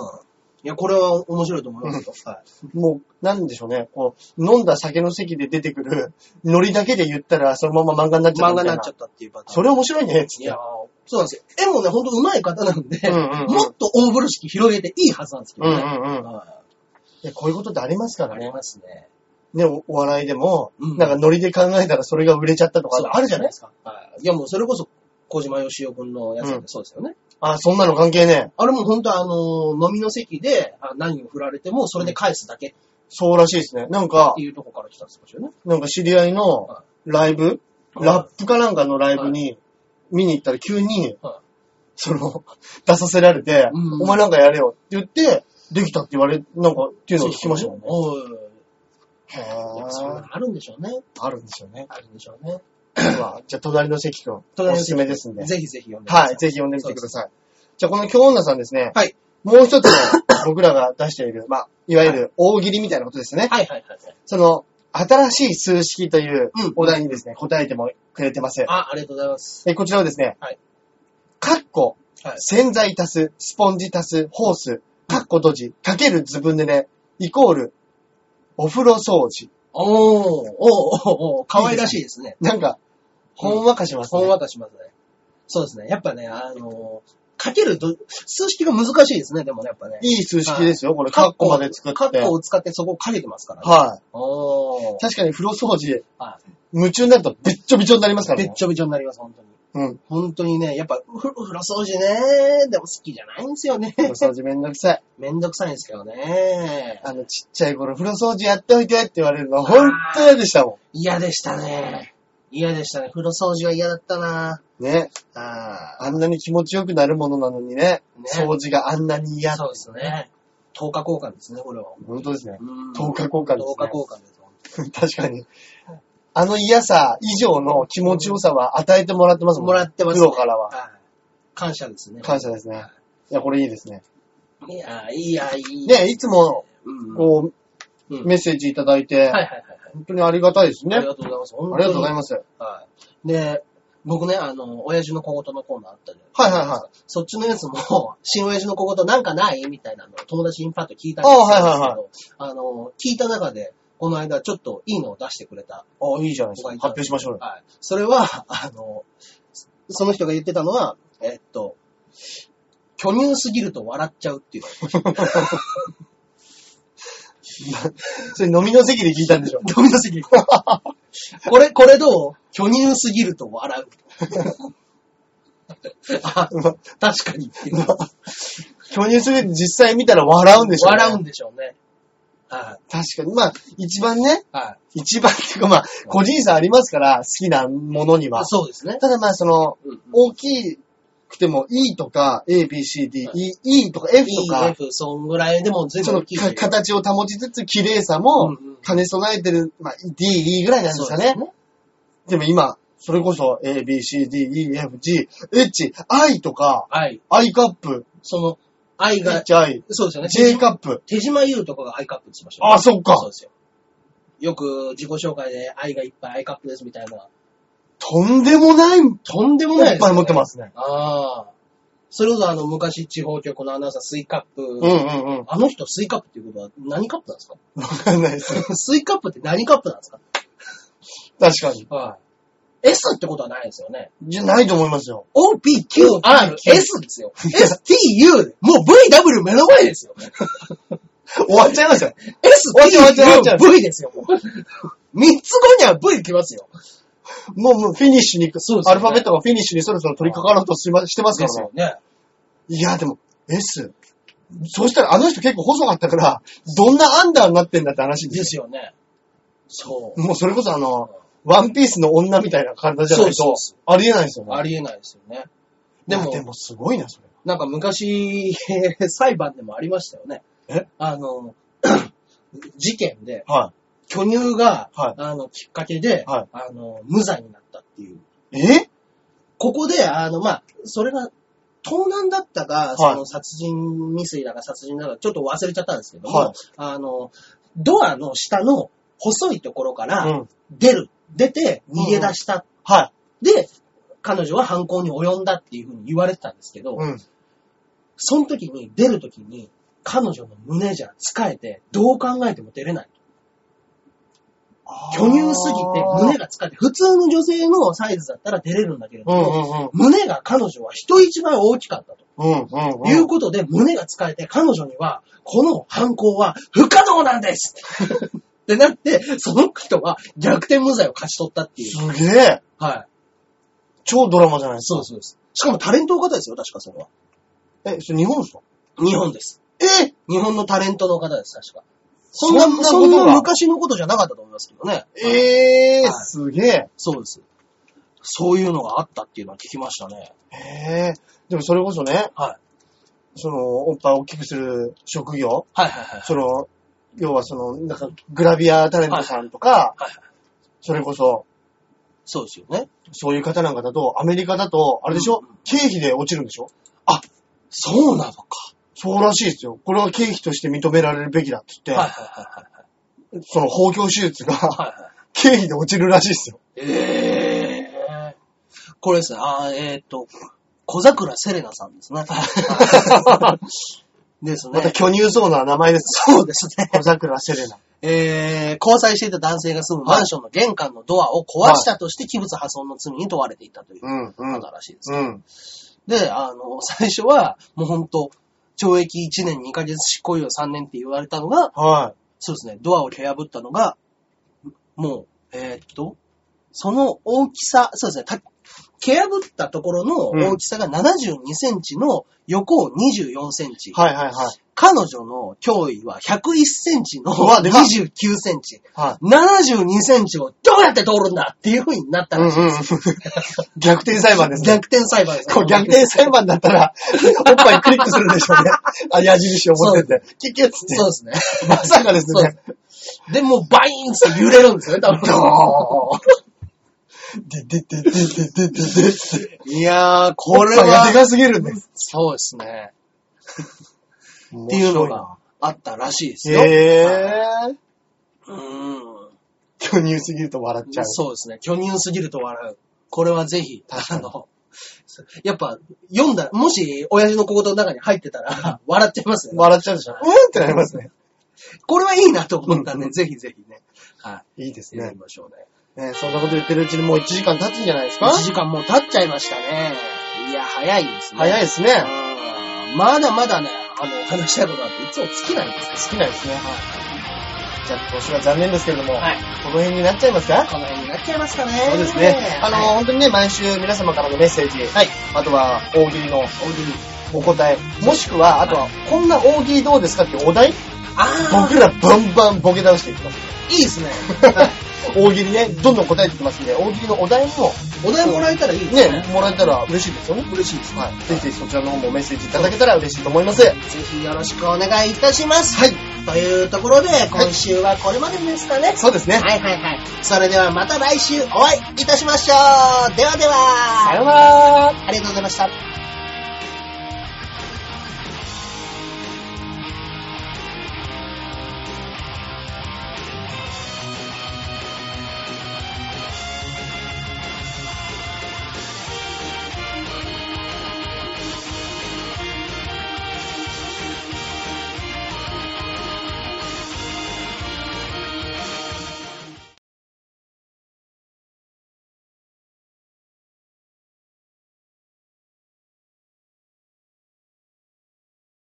S1: や、これは面白いと思いますよ。はい。
S2: もう、なんでしょうね。こう、飲んだ酒の席で出てくる、ノリだけで言ったら、そのまま漫画になっちゃった
S1: 漫
S2: み
S1: 画
S2: たい
S1: に
S2: な。
S1: なっちゃったっていうパターン。
S2: それ面白いね、つっ
S1: い
S2: て
S1: やー。そうなんですよ。絵もね、ほんと上手い方なんで、
S2: うんうんうん
S1: もっと大風呂敷広げていいはずなんですけ
S2: う
S1: ど
S2: んう
S1: ね。
S2: んうん。
S1: はい
S2: や、こういうことってありますか
S1: いあ
S2: ら
S1: り
S2: ね。
S1: ますね。
S2: ね、おお笑いでも、
S1: うん
S2: なんかノリで考えたらそれが売れちゃったと
S1: そう
S2: かあるじゃないですか。
S1: か。はいいや、もうそれこそ、小島よしおくんのやつだって
S2: うん
S1: そうですよね。
S2: あ、そんなの関係ねえ。
S1: あれもほんとあのー飲みの席であ何を振られても、それで返すだけっ
S2: そうらしいですね。なんか
S1: て、いうとこから来たんですよね。
S2: なんか知り合いの
S1: は
S2: ライブ、
S1: はい
S2: ラップかなんかのライブに見に行ったら急に、
S1: は
S2: その、 出させられて、
S1: うん
S2: お前なんかやれよって言って、できたって言われ、なんかっていうのを聞きましたもんね。
S1: おい。
S2: へ
S1: やっぱそういう
S2: ぇ
S1: のあるんでしょうね。
S2: あるんですよね。
S1: あるんでしょうね。
S2: まあじゃあ、隣の関君、おすすめですんで。
S1: ぜひぜひ読んでくださ
S2: はい、ぜひ読んでみてください。じゃあ、この京女さんですね。
S1: はい。
S2: もう一つの僕らが出している、まあ、いわゆる大喜利みたいなことですね。
S1: はいはいはいはい。
S2: その、新しい数式という
S1: うん
S2: お題にですね、答えてもくれてます。
S1: あ、ありがとうございます。
S2: えこちらはですね、
S1: はい。
S2: カッコ、
S1: はい
S2: 洗剤足す、スポンジ足す、ホース、カッコ閉じ、かけるずぶ濡れ、イコール、お風呂掃除。
S1: おー、おー、おー、おー、可愛らしいですね。
S2: なんか、ほんわかしますね。
S1: ほんわかしますね。そうですね。やっぱね、あのー、かけると、数式が難しいですね、でもね、やっぱね。
S2: いい数式ですよ、これ。カッコまで作
S1: カ
S2: っ
S1: ッ
S2: て
S1: コ。を使ってそこをかけてますからね。
S2: は
S1: お
S2: い。
S1: ー。
S2: 確かに風呂掃除、
S1: は
S2: 夢中になるとべっちょびちょになりますから
S1: い。べ
S2: ね
S1: っ。ちょべちょになります、本当に。
S2: うん。
S1: 本当にね、やっぱ、ふ風呂掃除ね、でも好きじゃないんですよね。
S2: お掃除めんどくさい。
S1: めんどくさいんですけどね。
S2: あの、ちっちゃい頃、風呂掃除やっておいてって言われるの、ほんと嫌でしたも
S1: 嫌でしたね。嫌でしたね。風呂掃除は嫌だったな。
S2: ん。ね。
S1: あ
S2: あんなに気持ちよくなるものなのにね。
S1: ね
S2: 掃除があんな
S1: あ
S2: に嫌。
S1: そうですね。10日交換ですね、これは。
S2: 本当ですね。
S1: うん
S2: 10日交換ですね
S1: 10日交換です。
S2: 確かに。あの嫌さ以上の気持ちよさは与えてもらってますもん
S1: もらってます、。
S2: プロからはい
S1: 感謝ですね。
S2: 感謝ですね。いや、これいいですね。
S1: いや、いや、いい。
S2: ね、いつも、
S1: うん、はい
S2: こう、
S1: うん
S2: メッセージいただいて、
S1: はいはいはい。
S2: 本当にありがたいですね。
S1: あ
S2: あ
S1: り
S2: り
S1: がとうございます。あ
S2: がとうございます。
S1: はい。で、僕ね、あの、親父の小言のコーナーあったじゃないですか。。
S2: はいはいはい
S1: そっちのやつも、 新親父の小言なんかないみたいなのを友達にパッと聞いたん
S2: あ
S1: ですけど、
S2: はいはいはい
S1: あの、聞いた中で、この間ちょっといいのを出してくれた
S2: あ、いいじゃないで
S1: 子
S2: すか。
S1: がい
S2: 発
S1: たん
S2: 表
S1: です
S2: しましょうよ。
S1: はい。それは、 あの、その人が言ってたのは、えっと、巨乳すぎると笑っちゃうっていう。
S2: それ飲みの席で聞いたんでしょ。
S1: 飲みの 席。これ、これどう巨乳すぎると 笑う。あ、確かにっていう。
S2: 巨乳するって実際見たら笑うんでしょ、
S1: 笑うん
S2: う。
S1: でしょうね。は
S2: 確かに。まあ、一番ね、
S1: い。は
S2: 一番っていうかまあ、個人差ありますから、好きなものに
S1: い。
S2: は。
S1: そうですね。
S2: ただまあ、その、
S1: うん
S2: 大きくても E とか A, B, C, D,
S1: は
S2: E, E とか F とか、
S1: EF、そんぐらいでも全
S2: そ
S1: 部
S2: の
S1: 大きいという
S2: か形を保ちつつ綺麗さも
S1: うんうん
S2: 兼ね備えてる、まあ、D, E ぐらいなんで
S1: そう
S2: すかね。でも今、それこそ A, B, C, D, E, F, G, H, I とか、
S1: はい。
S2: I カップ、
S1: その、愛が、
S2: H, I,
S1: そうですよね。
S2: J カップ。
S1: 手島優とかがアイカップって言ってましたよね、
S2: あ、そっ
S1: そう
S2: か。
S1: ですよ。よく自己紹介で愛がいっぱいアイカップですみたいな。
S2: とんでもない、いっ
S1: とんでもないです
S2: ぱ
S1: よ
S2: い
S1: ね
S2: 持ってますね。
S1: ああ。それこそあの、昔地方局のアナウンサー、スイカップ。
S2: うんうんうん。
S1: あの人、スイカップっていうことは何カップなんですか
S2: わかんないです。
S1: スイカップって何カップなんですか
S2: 確かに。
S1: はい。S ってことはないですよね。
S2: じゃないと思いますよ。
S1: O, P, Q, R, S ですよ。S, T, U, もう V, W 目の前ですよ。
S2: 終わっちゃいますよ。
S1: S,
S2: 終わっ
S1: T,
S2: ちゃう終わっちゃう終
S1: U, V ですよ、もう。3つ後には V 来ますよ。
S2: もう、もうフィニッシュに、
S1: そうですよね
S2: アルファベットがフィニッシュにそろそろ取り掛かろうとしましてますからね。
S1: ね。
S2: いや、でも、S。そうしたら、あの人結構細かったから、どんなアンダーになってんだって話で
S1: ですすよね。そう
S2: よ。。もうそれこそあの、ワンピースの女みたいな体じゃ
S1: そう
S2: な
S1: で
S2: い
S1: すそう
S2: と
S1: で、す。
S2: ありえないですよね。
S1: ありえないですよね。
S2: で
S1: で
S2: も、
S1: も
S2: でもすごいな、それ。
S1: なんか昔、 裁判でもありましたよね。
S2: え
S1: あの、 事件で、
S2: は
S1: 巨乳が、
S2: はい
S1: あの、きっかけで、
S2: はい
S1: あの、無罪になったっていう。
S2: い。え
S1: ここで、あの、まあ、それが、盗難だったか、
S2: い
S1: その殺人未遂だか殺人だか、ちょっと忘れちゃったんですけども、
S2: はい
S1: あの、ドアの下の細いところか
S2: う
S1: ら
S2: ん。
S1: 出る、出て逃げ出した。
S2: はい。
S1: で、彼女は犯行に及んだっていうふうに言われてたんですけど、
S2: うん。
S1: その時に出る時に、彼女の胸じゃ使えて、どう考えても出れない。巨乳すぎて胸
S2: が。
S1: が使えて、普通の女性のサイズだったら出れるんだけれど
S2: う
S1: も、
S2: ん
S1: 胸が彼女は人一倍大きかったと。
S2: うんうん。うんうんうん。
S1: いうことで、胸が使えて、彼女には、この犯行は不可能なんです ってなって、その人は逆転無罪を勝ち取ったっていう。
S2: すげえ。
S1: はい。
S2: 超ドラマじゃないです
S1: そうです、そうです。しかもタレントの方ですよ、確かそれは。
S2: か。え、それ日本ですか
S1: 日本です。
S2: え
S1: 日本のタレントの方です、確か。そんな、
S2: そんなことが
S1: そんな昔のことじゃなかったと思いますけどね。
S2: え
S1: は
S2: ー、
S1: い
S2: すげえ。
S1: そうです。そういうのがあったっていうのは聞きましたね。
S2: えー、でもそれこそね、
S1: はい。
S2: その、おっぱいを大きくする職業
S1: はいはいはい。
S2: その、要はその、なんか、グラビアタレントさんと
S1: は
S2: か、
S1: いはい
S2: それこそ、
S1: そうですよね。
S2: そういう方なんかだと、アメリカだと、あれでしょ、
S1: うんうん
S2: 経費で落ちるんでしょ
S1: そうなのか。
S2: そうらしいですよ。これは経費として認められるべきだって言
S1: はい
S2: っ
S1: は
S2: て、
S1: いはいはい。
S2: その包協手術が
S1: はいはい
S2: 経費で落ちるらしいですよ。
S1: ええこれですね、あーえっ、と、小桜セレナさんです ね。です
S2: また
S1: ね。
S2: 巨乳そうな名前です。
S1: そうですね。
S2: 小桜セレナ。
S1: えー、交際していた男性が住むマンションの玄関のドアを壊したとして器物破損の罪に問われていたという
S2: うん、うん。
S1: 方らしいです。
S2: うん。
S1: で、あの、最初は、もう本当懲役1年2ヶ月執行猶予3年って言われたのが、
S2: は
S1: そうですね、ドアを蹴破ったのが、もう、えーっと、その大きさ、そうですね、た蹴破ったところの大きさが72センチの横を24センチ。
S2: はいはいはい。
S1: 彼女の脅威は101センチの
S2: うわでかっ
S1: 29センチ。
S2: は
S1: 72センチをどうやって通るんだっていう風になった
S2: い。うんう
S1: ら
S2: ん
S1: しいです。
S2: うん。逆転裁判ですね。
S1: 逆転裁判です。
S2: こう逆転裁判だったら、おっぱいクリックするでしょうね。あ、矢印を持ってって。キュッキュッつ
S1: そう
S2: っ
S1: ですね。
S2: て。まさかですね。
S1: で、もうバイーンって揺れるんですよね、多
S2: ド
S1: 分。
S2: ーンででででででででつって。
S1: いやー、これ
S2: おっぱいがで
S1: は、
S2: かすぎるんです。
S1: そうですね。っ
S2: って
S1: いうのが。あったらしいですよ。
S2: へ
S1: はい
S2: ぇー。
S1: うん。
S2: 巨乳すぎると笑っちゃう。
S1: そうですね。巨乳すぎると笑う。これはぜひ、あの、 やっぱ、読んだら、もし、親父の心の中に入ってたら、笑っちゃいますよね。
S2: 笑っちゃうでしょ。うんってなりますね。
S1: これはいいなと思ったん
S2: う
S1: で、
S2: ん
S1: ぜひぜひね。はい
S2: いです。
S1: やり
S2: ね。
S1: ましょうね。
S2: ねそんなこと言ってるうちにもう1時間経つんじゃないですか
S1: 1時間もう経っちゃいましたね。いや、早いですね。
S2: 早いですね。
S1: うんまだまだね、あの、話したいことなんていつも尽きないんですよ。
S2: 好きなんですね。はい。じゃあ、今週は残念ですけれども、こ
S1: はい
S2: の辺になっちゃいますか
S1: この辺になっちゃいますかね。
S2: そうですね。あ
S1: あ
S2: の、
S1: の、
S2: 本当にね、毎週皆様からのメッセージ、
S1: はい。
S2: あとは大喜利の
S1: 大喜利。
S2: お答え、もしくは、あとは、こんな大喜利どうですかっていうお題、
S1: あ
S2: 僕らバンバンボケ倒していきます。
S1: ー、いいですね。
S2: 大喜利ね、どんどん答えていきますんで、大喜利のお題も、
S1: お題もらえたらいいですね。
S2: ね、もらえたら嬉しいですよね。
S1: 嬉しいですね。
S2: はい。ぜひぜひそちらの方もメッセージいただけたら嬉しいと思います。
S1: ぜひよろしくお願いいたします。はい。というところで、今週はこれまでですかね。
S2: そうですね。
S1: はいはいはい。それではまた来週お会いいたしましょう。ではでは。
S2: さようなら
S1: ありがとうございました。